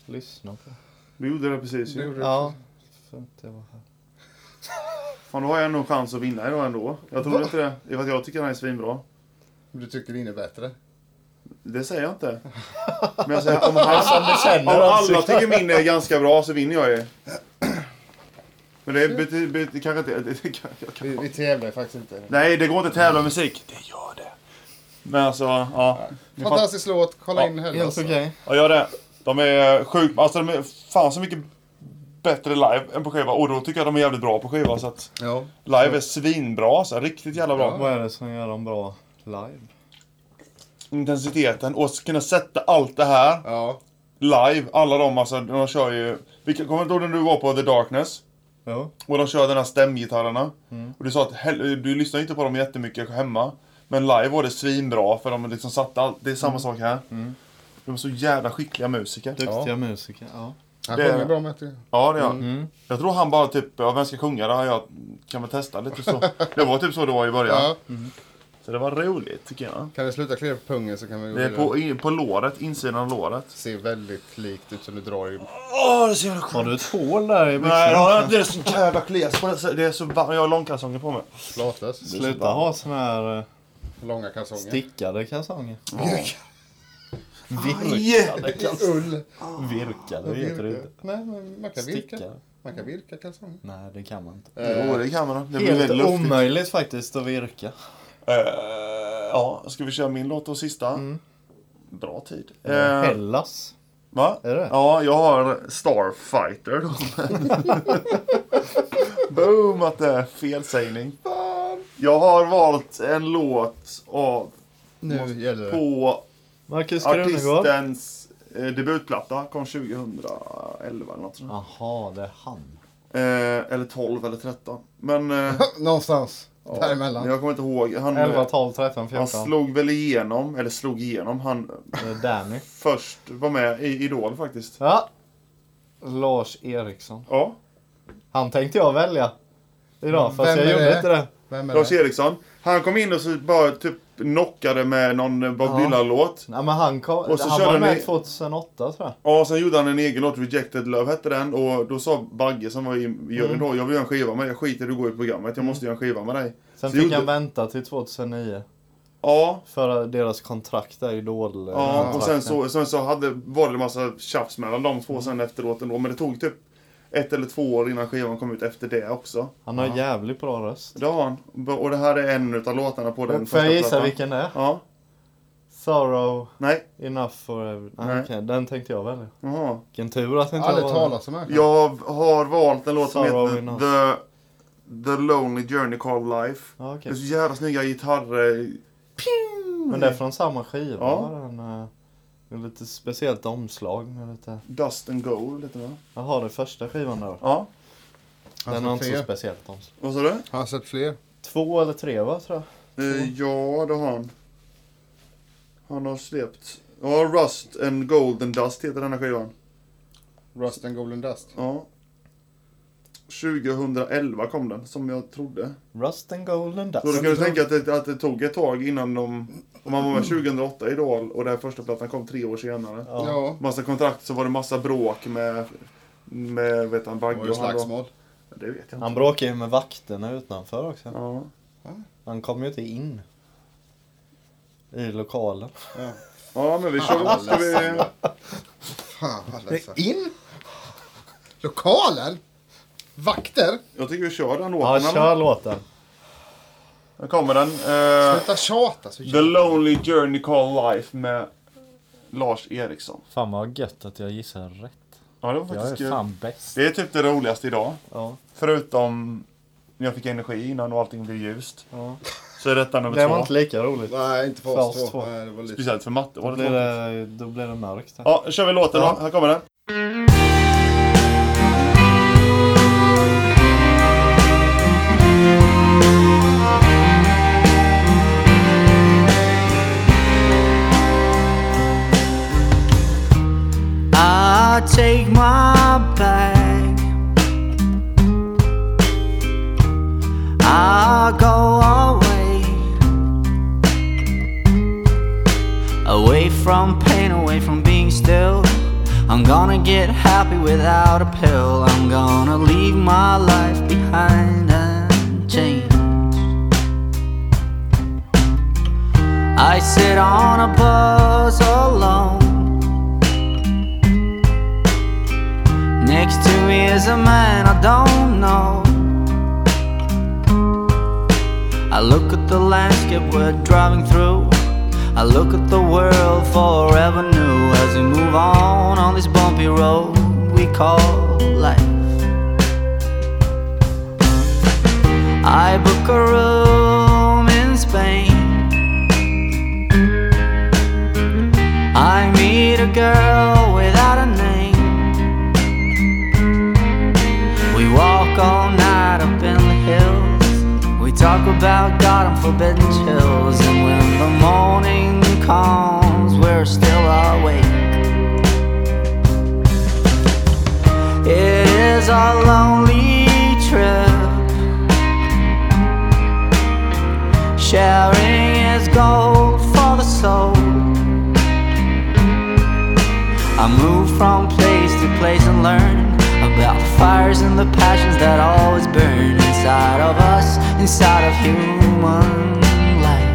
Speaker 2: lyssna på.
Speaker 3: Du gjorde det precis ju.
Speaker 2: Ja. för att jag var här.
Speaker 3: Fan, då har jag nog chans att vinna idag ändå. Jag tror inte det. I och med att jag tycker den här är svinbra.
Speaker 1: Du tycker din är bättre?
Speaker 3: Det säger jag inte. Men jag säger om, alla, om
Speaker 2: känner
Speaker 3: alla tycker min är ganska bra så vinner jag ju. Men det betyder bety, kanske inte... Det, det, kan- jag kan,
Speaker 1: Vi, vi tävlar ju faktiskt inte.
Speaker 3: nej, det går inte att tävla med musik. Det gör det. Men alltså, ja. Ni fattar.
Speaker 1: Fantastisk låt, kolla
Speaker 3: Ja,
Speaker 1: in heller.
Speaker 2: Helt
Speaker 1: alltså.
Speaker 2: okej.
Speaker 3: Ja, gör det. De är sjukt... Alltså de är fan så mycket bättre live än på skiva. Och då tycker jag de är jävligt bra på skiva. Så att
Speaker 1: Ja.
Speaker 3: live är svinbra. Så här, riktigt jävla bra.
Speaker 2: Vad är det som gör dem bra live?
Speaker 3: Intensiteten och att kunna sätta allt det här
Speaker 1: Ja.
Speaker 3: live. Alla de alltså, de kör ju... Vilka, kommer du ihåg när du var på The Darkness?
Speaker 2: Jo.
Speaker 3: Och de kör den här stämgitarrerna. Och du sa att hel- du lyssnar inte på dem jättemycket hemma. Men live var det svinbra för de liksom satte allt. Det är samma sak här. De är så jävla skickliga musiker.
Speaker 2: Duktiga musiker. Ja.
Speaker 1: Han
Speaker 3: Det-
Speaker 1: sjunger bra med det.
Speaker 3: Ja, det är han. Jag tror han bara typ, ja, vem ska sjunga då? Jag kan väl testa lite så. Det var typ så det var i början.
Speaker 1: Ja.
Speaker 3: Så det var roligt tycker jag.
Speaker 1: Kan vi sluta klia på pungen så kan vi gå
Speaker 3: Det är
Speaker 1: vidare.
Speaker 3: på, i- på låret, insidan av låret.
Speaker 1: Ser väldigt likt ut som du drar i.
Speaker 3: Åh, det är så jävla
Speaker 2: Har du ett hål där i
Speaker 3: Nej,
Speaker 2: byxan?
Speaker 3: ja, det är så jävla kles på det. Så- Det är så varmt. Jag har långkalsonger på mig.
Speaker 1: Latlös.
Speaker 2: Sluta ha såna här eh,
Speaker 1: Långa kalsonger.
Speaker 2: stickade kalsonger.
Speaker 3: Yeah.
Speaker 1: Ull.
Speaker 2: Virkade heter det inte.
Speaker 1: Nej, men man kan virka.
Speaker 2: Stickade.
Speaker 1: Man kan virka kalsonger.
Speaker 2: Nej, det kan man inte.
Speaker 3: Jo, det kan man. Det blir
Speaker 2: Helt
Speaker 3: väldigt luftigt.
Speaker 2: omöjligt faktiskt att virka.
Speaker 3: Eh, ja, ska vi köra min låt och sista? Bra tid. Eh,
Speaker 2: Hellas.
Speaker 3: va?
Speaker 2: Är det?
Speaker 3: Ja, jag har Starfighter då. Boom, att det är felsägning. Jag har valt en låt av,
Speaker 1: Nu gäller det.
Speaker 3: på
Speaker 2: Marcus Krunegård.
Speaker 3: artistens eh, debutplatta. Kom 2011 eller något sånt.
Speaker 2: Jaha, det är han.
Speaker 3: Eh, eller 12 eller 13. Men, eh,
Speaker 1: Någonstans
Speaker 3: men
Speaker 1: däremellan.
Speaker 3: jag kommer inte ihåg. Han, eh,
Speaker 2: 11, 12, 13,
Speaker 3: Mm. han
Speaker 2: 14.
Speaker 3: slog väl igenom, eller slog igenom. Han
Speaker 2: Det är Danny.
Speaker 3: först var med i Idol faktiskt.
Speaker 2: Ja. Lars Eriksson.
Speaker 3: Ja,
Speaker 2: Han tänkte jag välja idag, fast
Speaker 1: Vem
Speaker 2: jag
Speaker 1: är
Speaker 2: gjorde
Speaker 1: det?
Speaker 2: inte det.
Speaker 1: Vem är
Speaker 3: Lars
Speaker 1: det?
Speaker 3: Eriksson. Han kom in och så bara typ knockade med någon Bob
Speaker 2: Ja.
Speaker 3: Dylan-låt.
Speaker 2: Nej, men han, kom,
Speaker 3: Och så
Speaker 2: han
Speaker 3: körde
Speaker 2: var med
Speaker 3: ni-
Speaker 2: 2008 tror jag.
Speaker 3: Ja, sen gjorde han en egen låt, Rejected Love hette den. Och då sa Bagge som var i juryn
Speaker 2: Mm.
Speaker 3: då, jag vill göra en skiva med dig. Jag skiter i att gå i programmet, jag måste göra en skiva med dig.
Speaker 2: Sen
Speaker 3: Så
Speaker 2: fick
Speaker 3: gjorde-
Speaker 2: han vänta till 2009.
Speaker 3: Ja,
Speaker 2: För att deras kontrakt är idol
Speaker 3: ja och sen så, sen så hade, var det en massa tjafs mellan de två sen efteråt ändå. Men det tog typ ett eller två år innan skivan kom ut efter det också.
Speaker 2: Han har jävligt bra röst.
Speaker 3: Det har han. Och det här är en utav låtarna på den
Speaker 2: Får jag gissa
Speaker 3: plattan.
Speaker 2: vilken det är?
Speaker 3: Ja.
Speaker 2: Sorrow
Speaker 3: Nej.
Speaker 2: enough for every... Nej,
Speaker 3: Nej.
Speaker 2: okej, den tänkte jag välja.
Speaker 3: Jaha.
Speaker 2: Vilken tur att inte
Speaker 1: Aldrig
Speaker 2: jag
Speaker 1: talas om här.
Speaker 3: Jag har valt en låt som
Speaker 2: Sorrow
Speaker 3: heter
Speaker 2: enough.
Speaker 3: The, The Lonely Journey Called Life.
Speaker 2: Ja, okej.
Speaker 3: Det är så jävla snygga gitarrer.
Speaker 2: Men det är från samma skiva.
Speaker 3: Ja.
Speaker 2: Den, eh, med lite speciellt omslag. Med lite...
Speaker 3: Dust and Gold heter den va?
Speaker 2: Jaha, det är första skivan då.
Speaker 3: Ja. Alltså,
Speaker 2: Den har inte så
Speaker 1: fler.
Speaker 2: speciellt omslag.
Speaker 3: Vad sa du?
Speaker 1: Har han sett fler?
Speaker 2: Två eller tre va, tror jag.
Speaker 3: Eh, ja, det har han. Han har släppt. Ja, Rust and Gold and Dust heter den här skivan.
Speaker 1: Rust and Golden Dust.
Speaker 3: Ja. 2011 kom den, som jag trodde.
Speaker 2: Rust and Gold and Dust.
Speaker 3: Så då kan du tänka att det, att det tog ett tag innan de... Om man var med 2008 i Idol och den här första plattan kom tre år senare.
Speaker 2: Ja.
Speaker 1: Ja.
Speaker 3: Massa kontrakt så var det massa bråk med, med vet han,
Speaker 1: Det var
Speaker 3: Bagge
Speaker 1: ju
Speaker 3: han då.
Speaker 1: slagsmål.
Speaker 3: Det vet jag inte.
Speaker 2: Han bråkade ju med vakterna utanför också.
Speaker 3: Ja.
Speaker 2: Han kom ju inte in. I lokalen.
Speaker 1: Ja.
Speaker 3: ja, men vi kör. Ska vi...
Speaker 1: Fan vad ledsen.
Speaker 2: In?
Speaker 1: Lokalen? Vakter?
Speaker 3: Jag tycker vi kör den
Speaker 2: Ja,
Speaker 3: låten.
Speaker 2: kör låten.
Speaker 3: Här kommer den. Eh,
Speaker 1: Sluta tjata så
Speaker 3: The
Speaker 1: jävla...
Speaker 3: Lonely Journey Called Life med Lars Eriksson.
Speaker 2: Fan vad gött att jag gissar rätt.
Speaker 3: Ja, det var faktiskt kul.
Speaker 2: bäst.
Speaker 3: Det är typ det roligaste idag.
Speaker 2: Ja.
Speaker 3: Förutom när jag fick energi innan och allting blev ljust.
Speaker 2: ja.
Speaker 3: Så är detta nummer
Speaker 2: Det var inte
Speaker 3: två.
Speaker 2: lika roligt.
Speaker 1: Nej, inte för oss
Speaker 2: För oss
Speaker 1: två.
Speaker 2: två.
Speaker 1: Nej, det var lite...
Speaker 3: Speciellt för matte. Var
Speaker 2: Då blir
Speaker 3: det tråkigt.
Speaker 2: det, då blir det mörkt. här.
Speaker 3: Ja, kör vi låten då. Här kommer den.
Speaker 5: take my bag. I'll go away, away from pain, away from being still. I'm gonna get happy without a pill. I'm gonna leave my life behind and change. I sit on a bus alone. Next to me is a man I don't know. I look at the landscape we're driving through. I look at the world forever new as we move on on this bumpy road we call life. I book a room in Spain. I meet a girl without a name. We walk all night up in the hills. We talk about God and forbidden chills. And when the morning comes, we're still awake. It is a lonely trip. Sharing is gold for the soul. I move from place to place and learn about the fires and the passions that always burn inside of us, inside of human life.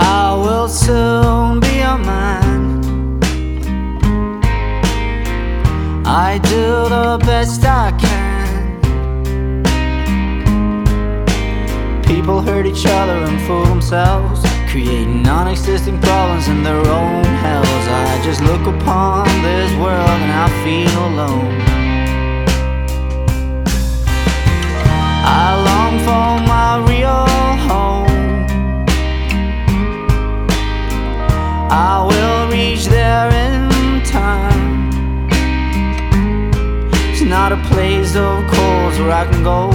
Speaker 5: I will soon be a man. I do the best I can. People hurt each other and fool themselves, creating non existing problems in their own hells. I just look upon this world and I feel alone. I long for my real home. I will reach there in time. It's not a place of course where I can go.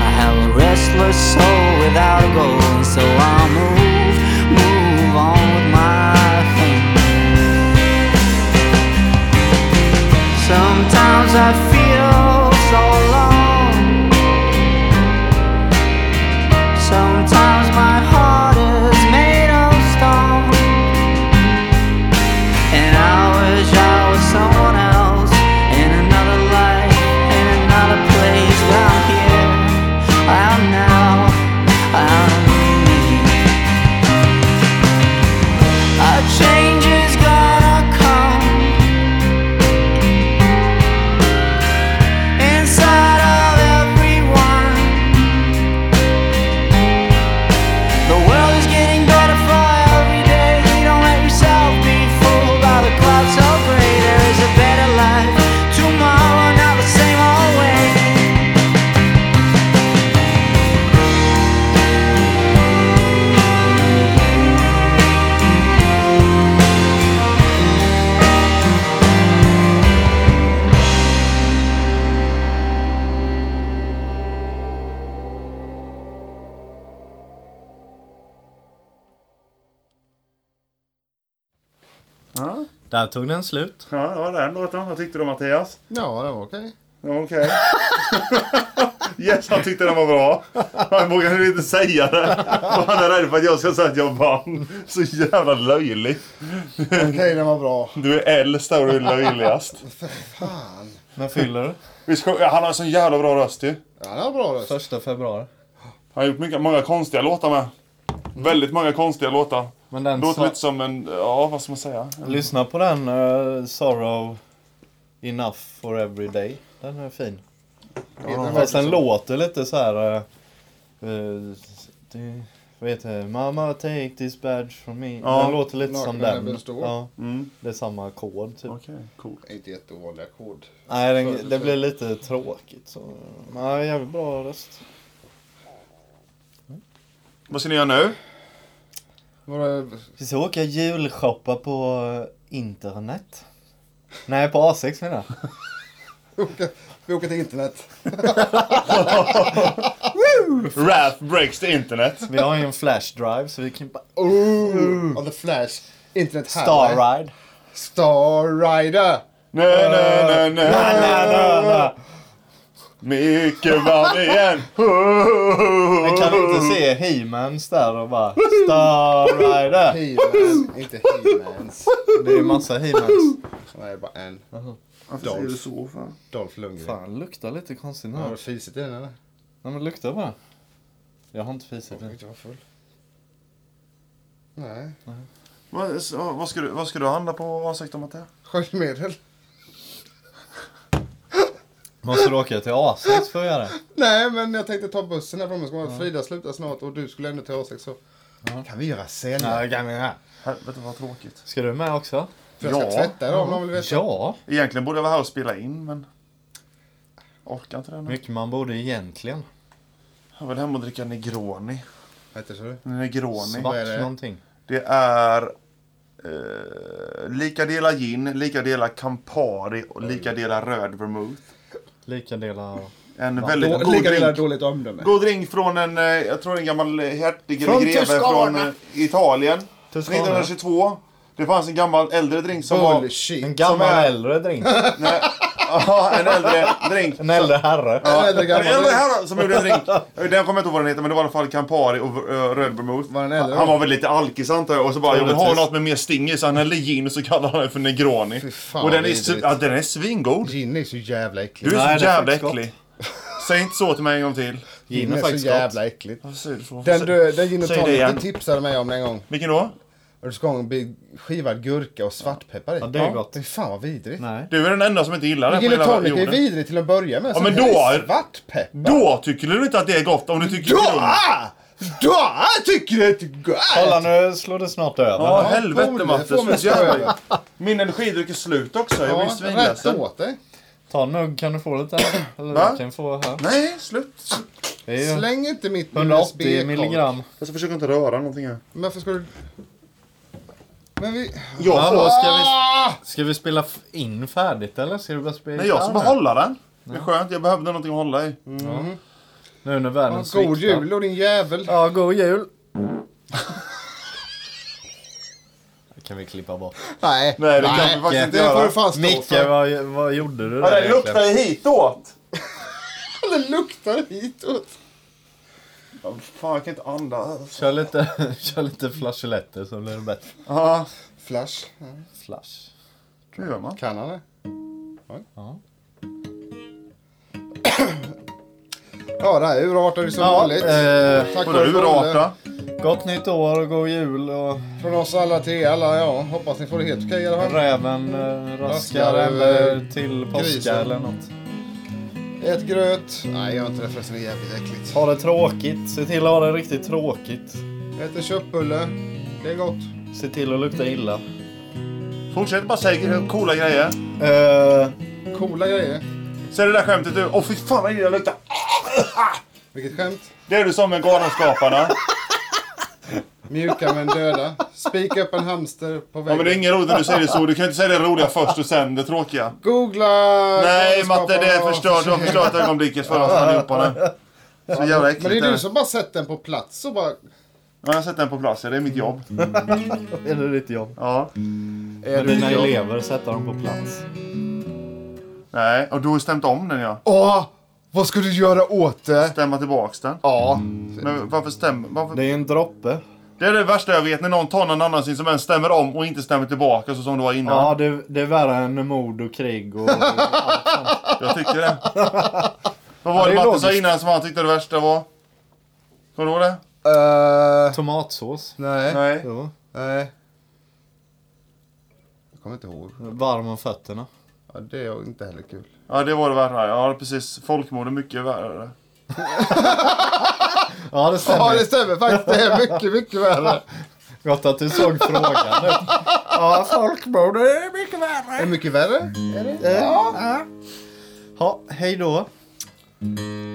Speaker 5: I have a restless soul without a goal, and so I move, move on with my thing. Sometimes I feel so alone. Sometimes my heart is made of stone. And I wish I was someone else in another life, in another place. But I'm here, I am now, I am me. A change is gonna come inside of everyone. The world is getting better for every day. Don't let yourself be fooled by the clouds so gray. There is a better life tomorrow, not the same old way.
Speaker 3: Ja,
Speaker 2: Där tog den slut.
Speaker 3: ja det var den låten. Vad tyckte du Mattias?
Speaker 1: Ja, det var okej.
Speaker 3: Ja, Okej. Yes, han tyckte den var bra. Han vågade inte säga det. Och han är rädd för att jag ska säga att jag vann. Så jävla löjlig.
Speaker 1: Okej, den var bra.
Speaker 3: Du är äldst där och du är löjligast.
Speaker 1: Fan.
Speaker 2: När fyller du?
Speaker 3: Vi ska- Han har en sån jävla bra röst ju.
Speaker 1: Ja, den var bra röst.
Speaker 2: Första februari.
Speaker 3: Han har gjort mycket, många konstiga låtar med. Väldigt många konstiga låtar.
Speaker 2: Men den
Speaker 3: Låter
Speaker 2: sa-
Speaker 3: lite som en, ja vad ska man säga?
Speaker 2: Lyssna på den eh, Sorrow Enough for Every Day. Den är fin.
Speaker 1: Den var-
Speaker 2: Fast den låter lite så här... eh, eh, det- Vet du, Mama take this badge from me.
Speaker 3: Ja,
Speaker 2: den låter lite som
Speaker 1: Nakna
Speaker 2: den.
Speaker 1: näbben står.
Speaker 2: Ja,
Speaker 3: Mm.
Speaker 2: det är samma ackord typ.
Speaker 3: Okej, coolt.
Speaker 1: Det är Inte jätteovanliga ackord.
Speaker 2: Nej,
Speaker 1: Så-
Speaker 2: den, det
Speaker 1: så-
Speaker 2: blir lite tråkigt. Så. Nej, jävligt bra röst.
Speaker 3: Vad ska ni göra nu?
Speaker 1: Våra...
Speaker 2: Vi ska åka julshoppa på eh, internet. Nej, på A6 menar jag.
Speaker 1: Vi åker till internet.
Speaker 3: Wrath breaks the internet.
Speaker 2: Vi har ju en flash drive så vi kan bara...
Speaker 1: Ooh, on the flash. Internet highway.
Speaker 2: Star ride.
Speaker 1: Star Rider.
Speaker 3: Nö, nö, nö,
Speaker 2: Nej,
Speaker 3: nö.
Speaker 2: nej, nej, nej.
Speaker 3: Mycket varm igen.
Speaker 2: Men kan vi inte se He-Mans där och bara Star Rider?
Speaker 1: He-Man, inte He-Mans.
Speaker 2: Det är ju massa He-Mans.
Speaker 1: Nej, bara en.
Speaker 3: Varför säger du så för?
Speaker 1: Dolph Lundgren.
Speaker 2: Fan, luktar lite konstigt nu.
Speaker 1: Har du fisit i den eller?
Speaker 2: Nej men lukta bara. Jag har inte fisit
Speaker 1: Jag
Speaker 2: än.
Speaker 1: inte vara full. Nej.
Speaker 3: Vad, så, vad, ska du, vad ska du handla på A16 Matte?
Speaker 1: Sköljmedel?
Speaker 2: Måste du åka till A6 för att göra det?
Speaker 1: Nej, men jag tänkte ta bussen härifrån. men ska man- Frida slutar snart och du skulle ändå till A6 så... Kan vi göra sen?
Speaker 3: Helvete vad tråkigt.
Speaker 2: Ska du med också?
Speaker 1: För jag ska
Speaker 3: Ja.
Speaker 1: tvätta idag om någon vill veta.
Speaker 2: Ja.
Speaker 3: Egentligen borde jag vara här och spela in men... Orkar inte det nu.
Speaker 2: Mycket man borde egentligen.
Speaker 3: Jag vill hem och dricka Negroni.
Speaker 1: Vad heter det?
Speaker 3: Negroni.
Speaker 1: vad är det?
Speaker 2: Svart någonting.
Speaker 3: Det är... Eh, lika delar gin, lika delar Campari och lika delar röd vermouth.
Speaker 2: Lika delar...
Speaker 3: En
Speaker 1: Då-
Speaker 3: väldigt god
Speaker 1: Lika
Speaker 3: drink.
Speaker 1: illa dåligt omdöme.
Speaker 3: God drink från en, eh, jag tror en gammal eh, hertig eller
Speaker 2: Från
Speaker 3: greve från
Speaker 2: Toscana.
Speaker 3: eh, Italien.
Speaker 2: Toscana.
Speaker 3: 1922. Det fanns en gammal äldre drink som
Speaker 2: En
Speaker 1: Bullshit.
Speaker 2: gammal
Speaker 3: är-
Speaker 2: äldre drink.
Speaker 3: var... Ja, en äldre drink.
Speaker 2: En äldre herre.
Speaker 1: En äldre
Speaker 3: En
Speaker 1: gammal.
Speaker 3: äldre herre som gjorde en drink. Eh, Den kommer jag inte ihåg vad den heter, men det var i alla fall Campari och eh, röd vermouth.
Speaker 1: Var den äldre
Speaker 3: Han
Speaker 1: då?
Speaker 3: var väl lite alkis antar jag. Och så bara, jag vill ha
Speaker 2: Troligtvis.
Speaker 3: något med mer sting i. Så han hällde gin och så kallade han det för Negroni.
Speaker 1: Fy fan,
Speaker 3: och den är,
Speaker 1: vidrigt.
Speaker 3: su- ja, den är svingod.
Speaker 1: Gin är så jävla äckligt.
Speaker 3: Du är
Speaker 2: Nej,
Speaker 3: så
Speaker 2: det är
Speaker 3: jävla
Speaker 2: faktiskt
Speaker 3: äcklig. Säg inte så till mig en gång till.
Speaker 2: Gin
Speaker 1: Gin
Speaker 2: är
Speaker 1: är så
Speaker 2: faktiskt gott.
Speaker 1: jävla äckligt.
Speaker 3: Varför säger du så?
Speaker 1: Den, du, den gin och
Speaker 3: Alltså, Säg det igen.
Speaker 1: tonic du tipsade mig om en gång.
Speaker 3: Vilken då?
Speaker 1: Och du ska ha en big- skivad gurka och svartpeppar i.
Speaker 2: Ja, det är gott.
Speaker 1: Fy fan vad vidrigt.
Speaker 2: Nej.
Speaker 3: Du är den enda som inte gillar den
Speaker 1: Gin
Speaker 3: på
Speaker 1: och
Speaker 3: hela
Speaker 1: tonic är
Speaker 3: jorden.
Speaker 1: vidrigt till att börja med.
Speaker 3: Ja, men
Speaker 1: Sen
Speaker 3: då
Speaker 1: är
Speaker 3: är-
Speaker 1: det Svartpeppar.
Speaker 3: Då tycker du inte att det är gott om du tycker det är
Speaker 1: Då! Ah!
Speaker 3: dumt.
Speaker 1: Då tycker du att det är
Speaker 2: Kolla
Speaker 1: gott!
Speaker 2: nu slår det snart över.
Speaker 3: Ja,
Speaker 1: Ja,
Speaker 3: helvete
Speaker 1: cool.
Speaker 3: Matte.
Speaker 1: Får mig
Speaker 3: så jävla-
Speaker 1: störa.
Speaker 3: Min energidryck är slut också. Jag blir
Speaker 1: Ja, rätt
Speaker 3: svinledsen.
Speaker 1: åt dig.
Speaker 2: Ta en nugg kan du få lite här. Eller
Speaker 3: Va?
Speaker 2: du kan få här.
Speaker 3: Nej, slut.
Speaker 2: Det är ju
Speaker 1: Släng inte mitt
Speaker 2: 180
Speaker 1: USB-kort.
Speaker 2: milligram.
Speaker 3: Jag ska försöka inte röra någonting här.
Speaker 1: Men Varför ska du... Men vi... Ah!
Speaker 3: Jag
Speaker 2: Hallå,
Speaker 3: får...
Speaker 2: ska vi, ska vi spela f- in färdigt eller? Ska du bara spela
Speaker 3: Nej, jag
Speaker 2: gitarr
Speaker 3: ska
Speaker 2: nu?
Speaker 3: behålla den. Det är skönt, jag behövde någonting att hålla i.
Speaker 2: Nu när världen
Speaker 1: Ja, God jul och din jävel.
Speaker 2: Ja, god jul. Det kan vi klippa bort.
Speaker 1: Nej.
Speaker 3: Nej, det kan vi faktiskt inte
Speaker 1: Det får
Speaker 3: göra.
Speaker 1: du fan stå
Speaker 2: Micke,
Speaker 1: för.
Speaker 2: vad, vad gjorde du
Speaker 3: Ja,
Speaker 2: där
Speaker 3: den luktar ju hitåt.
Speaker 1: Det luktar hitåt.
Speaker 3: Ja, Fan, jag kan inte andas.
Speaker 2: Kör lite, kör lite flageoletter så blir det bättre.
Speaker 3: Ja,
Speaker 1: Flash. Ja.
Speaker 2: Flash.
Speaker 3: hur gör man?
Speaker 1: Kan han det? Oj.
Speaker 2: Ja.
Speaker 1: Ja, det här urartar ju som
Speaker 2: Ja,
Speaker 1: vanligt.
Speaker 2: eh,
Speaker 1: Tack
Speaker 3: Vadå,
Speaker 1: vare Bolle.
Speaker 3: urarta?
Speaker 2: gott nytt år och god jul och
Speaker 1: Från oss alla till er alla, ja. Hoppas ni får det helt okej i alla fall.
Speaker 2: räven eh, raskar eh,
Speaker 1: Raskar
Speaker 2: eller
Speaker 1: över
Speaker 2: till påska
Speaker 1: grisen.
Speaker 2: eller något.
Speaker 1: Ät gröt. Nej, gör inte det förresten. Det är jävligt äckligt.
Speaker 2: Ha det tråkigt. Se till att ha det riktigt tråkigt.
Speaker 1: Ät en köttbulle. Det är gott.
Speaker 2: Se till att lukta illa.
Speaker 3: Fortsätt bara säga coola grejer.
Speaker 2: Eh,
Speaker 1: Coola grejer.
Speaker 3: Säg det där skämtet du. Åh fy fan vad illa det luktar.
Speaker 1: Vilket skämt.
Speaker 3: Det är du som med Galenskaparna.
Speaker 1: Mjuka men döda. Spika upp en hamster på
Speaker 3: Ja,
Speaker 1: väggen.
Speaker 3: men det är inget roligt när du säger det så. Du kan inte säga det roliga först och sen det tråkiga.
Speaker 1: Googla!
Speaker 3: Nej
Speaker 1: galenskaparna.
Speaker 3: Matte, det är förstört. Du har förstört ögonblicket för oss allihopa nu. Så jävla äckligt
Speaker 1: Men det är
Speaker 3: är
Speaker 1: du som bara sett den på plats och bara...
Speaker 3: Ja, jag har sett den på plats. ja. Det är mitt jobb.
Speaker 2: är det ditt jobb?
Speaker 3: Ja.
Speaker 2: Med dina elever, sätta dem på plats.
Speaker 3: Nej, och du har ju stämt om den ja.
Speaker 1: Åh! Vad ska du göra åt det?
Speaker 3: Stämma tillbaks den.
Speaker 1: Ja.
Speaker 3: Men varför stämmer... Varför...
Speaker 2: Det är en droppe.
Speaker 3: Det är det värsta jag vet, när någon tar någon annans instrument, stämmer om och inte stämmer tillbaka så som det var innan.
Speaker 2: Ja, det, det är värre än mord och krig och...
Speaker 3: Jag tyckte det. Vad var
Speaker 2: det är
Speaker 3: det Matte sa
Speaker 2: logiskt.
Speaker 3: innan som han tyckte det värsta var? Kommer du ihåg det?
Speaker 1: Eh,
Speaker 2: Tomatsås.
Speaker 1: nej.
Speaker 3: Nej.
Speaker 2: Jo.
Speaker 1: Nej. Jag kommer inte ihåg.
Speaker 2: Varm om fötterna.
Speaker 1: Ja, det är inte heller kul.
Speaker 3: Ja, det var det värre. Ja, precis. Folkmord är mycket värre.
Speaker 2: Ja, det stämmer.
Speaker 1: Ja, det stämmer faktiskt. Det är mycket, mycket värre.
Speaker 2: Gott att du såg frågan. ut. ja, folkmord det är mycket
Speaker 1: Är det
Speaker 2: värre.
Speaker 1: mycket värre?
Speaker 2: Ja. Ja, hej då.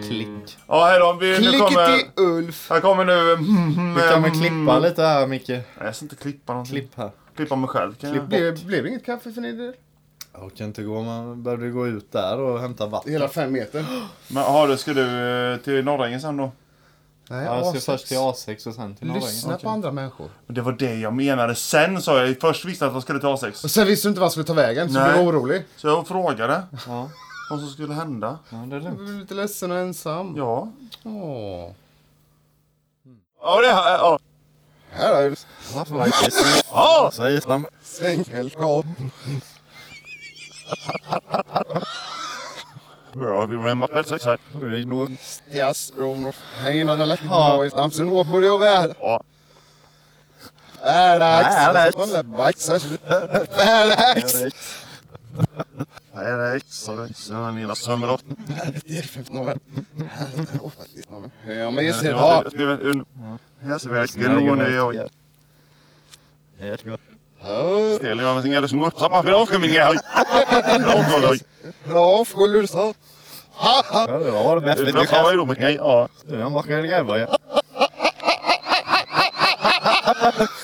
Speaker 2: Klick.
Speaker 3: Ja, hej då. Vi, nu kommer,
Speaker 1: Klickety Ulf.
Speaker 3: här kommer nu... mm,
Speaker 2: Vi kan väl klippa lite här, Micke.
Speaker 3: Nej, jag ska inte klippa någonting.
Speaker 2: Klipp här.
Speaker 3: Klippa mig själv kan jag.
Speaker 1: Det blev inget kaffe för din del?
Speaker 2: Jag kan inte gå, man behövde gå ut där och hämta vatten.
Speaker 1: Hela fem meter.
Speaker 3: Men jaha, då ska du eh, till Norrängen sen då?
Speaker 1: Nej,
Speaker 2: Ja, jag
Speaker 1: A6.
Speaker 2: ska först till A6 och sen till
Speaker 1: Lyssna
Speaker 2: Norrängen.
Speaker 1: på andra människor.
Speaker 3: Det var det jag menade. Sen sa jag. Först visste jag att jag skulle ta sex.
Speaker 1: Och sen visste du inte vad jag skulle ta vägen, så du
Speaker 3: Nej.
Speaker 1: blev orolig.
Speaker 3: Så jag frågade
Speaker 2: Ja,
Speaker 3: vad som skulle hända.
Speaker 2: ja, det är
Speaker 1: Du
Speaker 2: lugnt.
Speaker 1: blev lite ledsen och ensam.
Speaker 3: Ja.
Speaker 1: Åh.
Speaker 3: Ja, det har jag.
Speaker 1: Här är
Speaker 3: Ja.
Speaker 1: sänkelkap.
Speaker 3: Ja, vi remar sex här.
Speaker 1: Yes, Rom. Hänger någon lätt på i stamsen och borde jag väl.
Speaker 3: Ja.
Speaker 1: Är det axeln? Kolla, baxar. Är det axeln?
Speaker 3: Nej, det är extra. Lilla sömmerrotten.
Speaker 1: Det är 15 år. Jag minns idag.
Speaker 3: Jag ser väl skronen i ögonen. Eller jag vet inte, eller så går samma bra för min grej.
Speaker 1: Bra, skulle du sa.
Speaker 2: Ja, det var det bästa
Speaker 3: Jag har ju då min grej, ja.
Speaker 2: Jag makar grejer.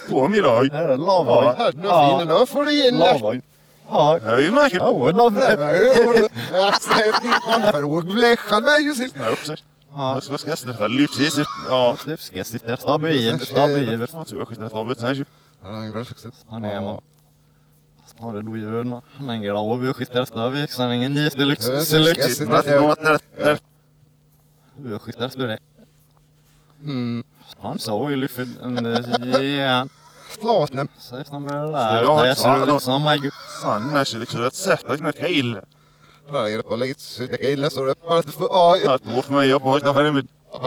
Speaker 3: På min dag.
Speaker 2: Här är lava.
Speaker 1: Här, nu är fin. Nu får du in det.
Speaker 2: Lava. Ja,
Speaker 3: Jag är ju märkligt.
Speaker 1: Förråd bläckan mig ju sitt.
Speaker 3: Jag ska skassa det här livsvis. Ja. Jag tror jag skiter i havet sen.
Speaker 2: Han är man. Har det då gör man. Han är en grav och skiter efter växlingen dit. Det lyxar sig lyx. Jag skiter efter det. Han sa ju lyften. Ja,
Speaker 1: Flatnen.
Speaker 2: säg snabbare där. Jag ser ut som en gud.
Speaker 3: Fan, jag känner liksom att sätta mig till.
Speaker 1: Varje på läget sitter killen så det bara för AI.
Speaker 3: Att gå för mig, jag bara skaffar mig.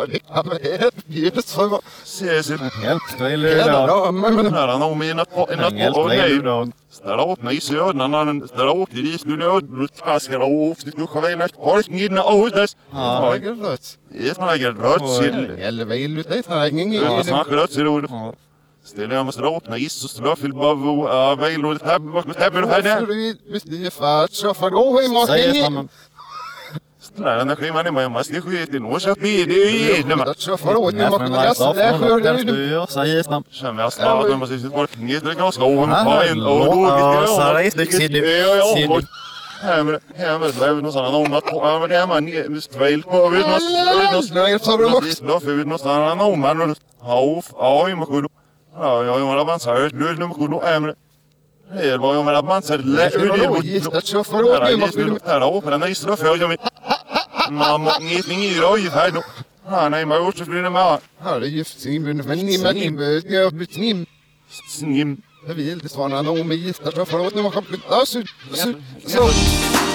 Speaker 1: Det kan man helt bjuda så vad.
Speaker 3: Se, se.
Speaker 2: Hjälp dig
Speaker 1: Jävla
Speaker 2: Luleå.
Speaker 1: damer men.
Speaker 3: Nära nog mina
Speaker 2: Hjälp
Speaker 3: tår.
Speaker 2: dig
Speaker 3: Nej,
Speaker 2: Luleå.
Speaker 3: Ställa upp mig i södern, ställa upp dig i snön, du taskar upp, du duschar väl ett folk inne och dess.
Speaker 1: Ja,
Speaker 3: Ja,
Speaker 1: det är rött.
Speaker 3: jag snackar rött sill.
Speaker 1: Eller vill du det? Här är ingen
Speaker 3: Jag
Speaker 1: grej.
Speaker 3: snackar rött sill. Ställer jag mig ställa upp mig i så ställa upp till bavo, ja, väl och det här, vad det här blir här.
Speaker 2: Säg snabbare.
Speaker 3: Ställer den här skivan i mig, man ska skita i Norrköping, det är ju egna.
Speaker 2: Säg snabbare.
Speaker 3: Känner jag snabbt att man måste sitta folk inne, det ganska omfajn och logiskt. Hämre, hämre, det är väl något sådant om att, ja men det är man, väl på, vi är något, Precis, då får vi någonstans annan om här nu. Hauf, ja, i Makudo. Ja, jag har man sagt, nu är det Makudo, ämre. Det var ju med att man sagt, lä, hur det går. Här då, på den här isen, för jag min... Mamma, ingenting i dag, i färd då. Ja, nej, men jag har gjort så blir det med. Snim.
Speaker 1: Jag vill inte svara någon med gisslar så förlåt nu har jag blivit...
Speaker 5: Oh,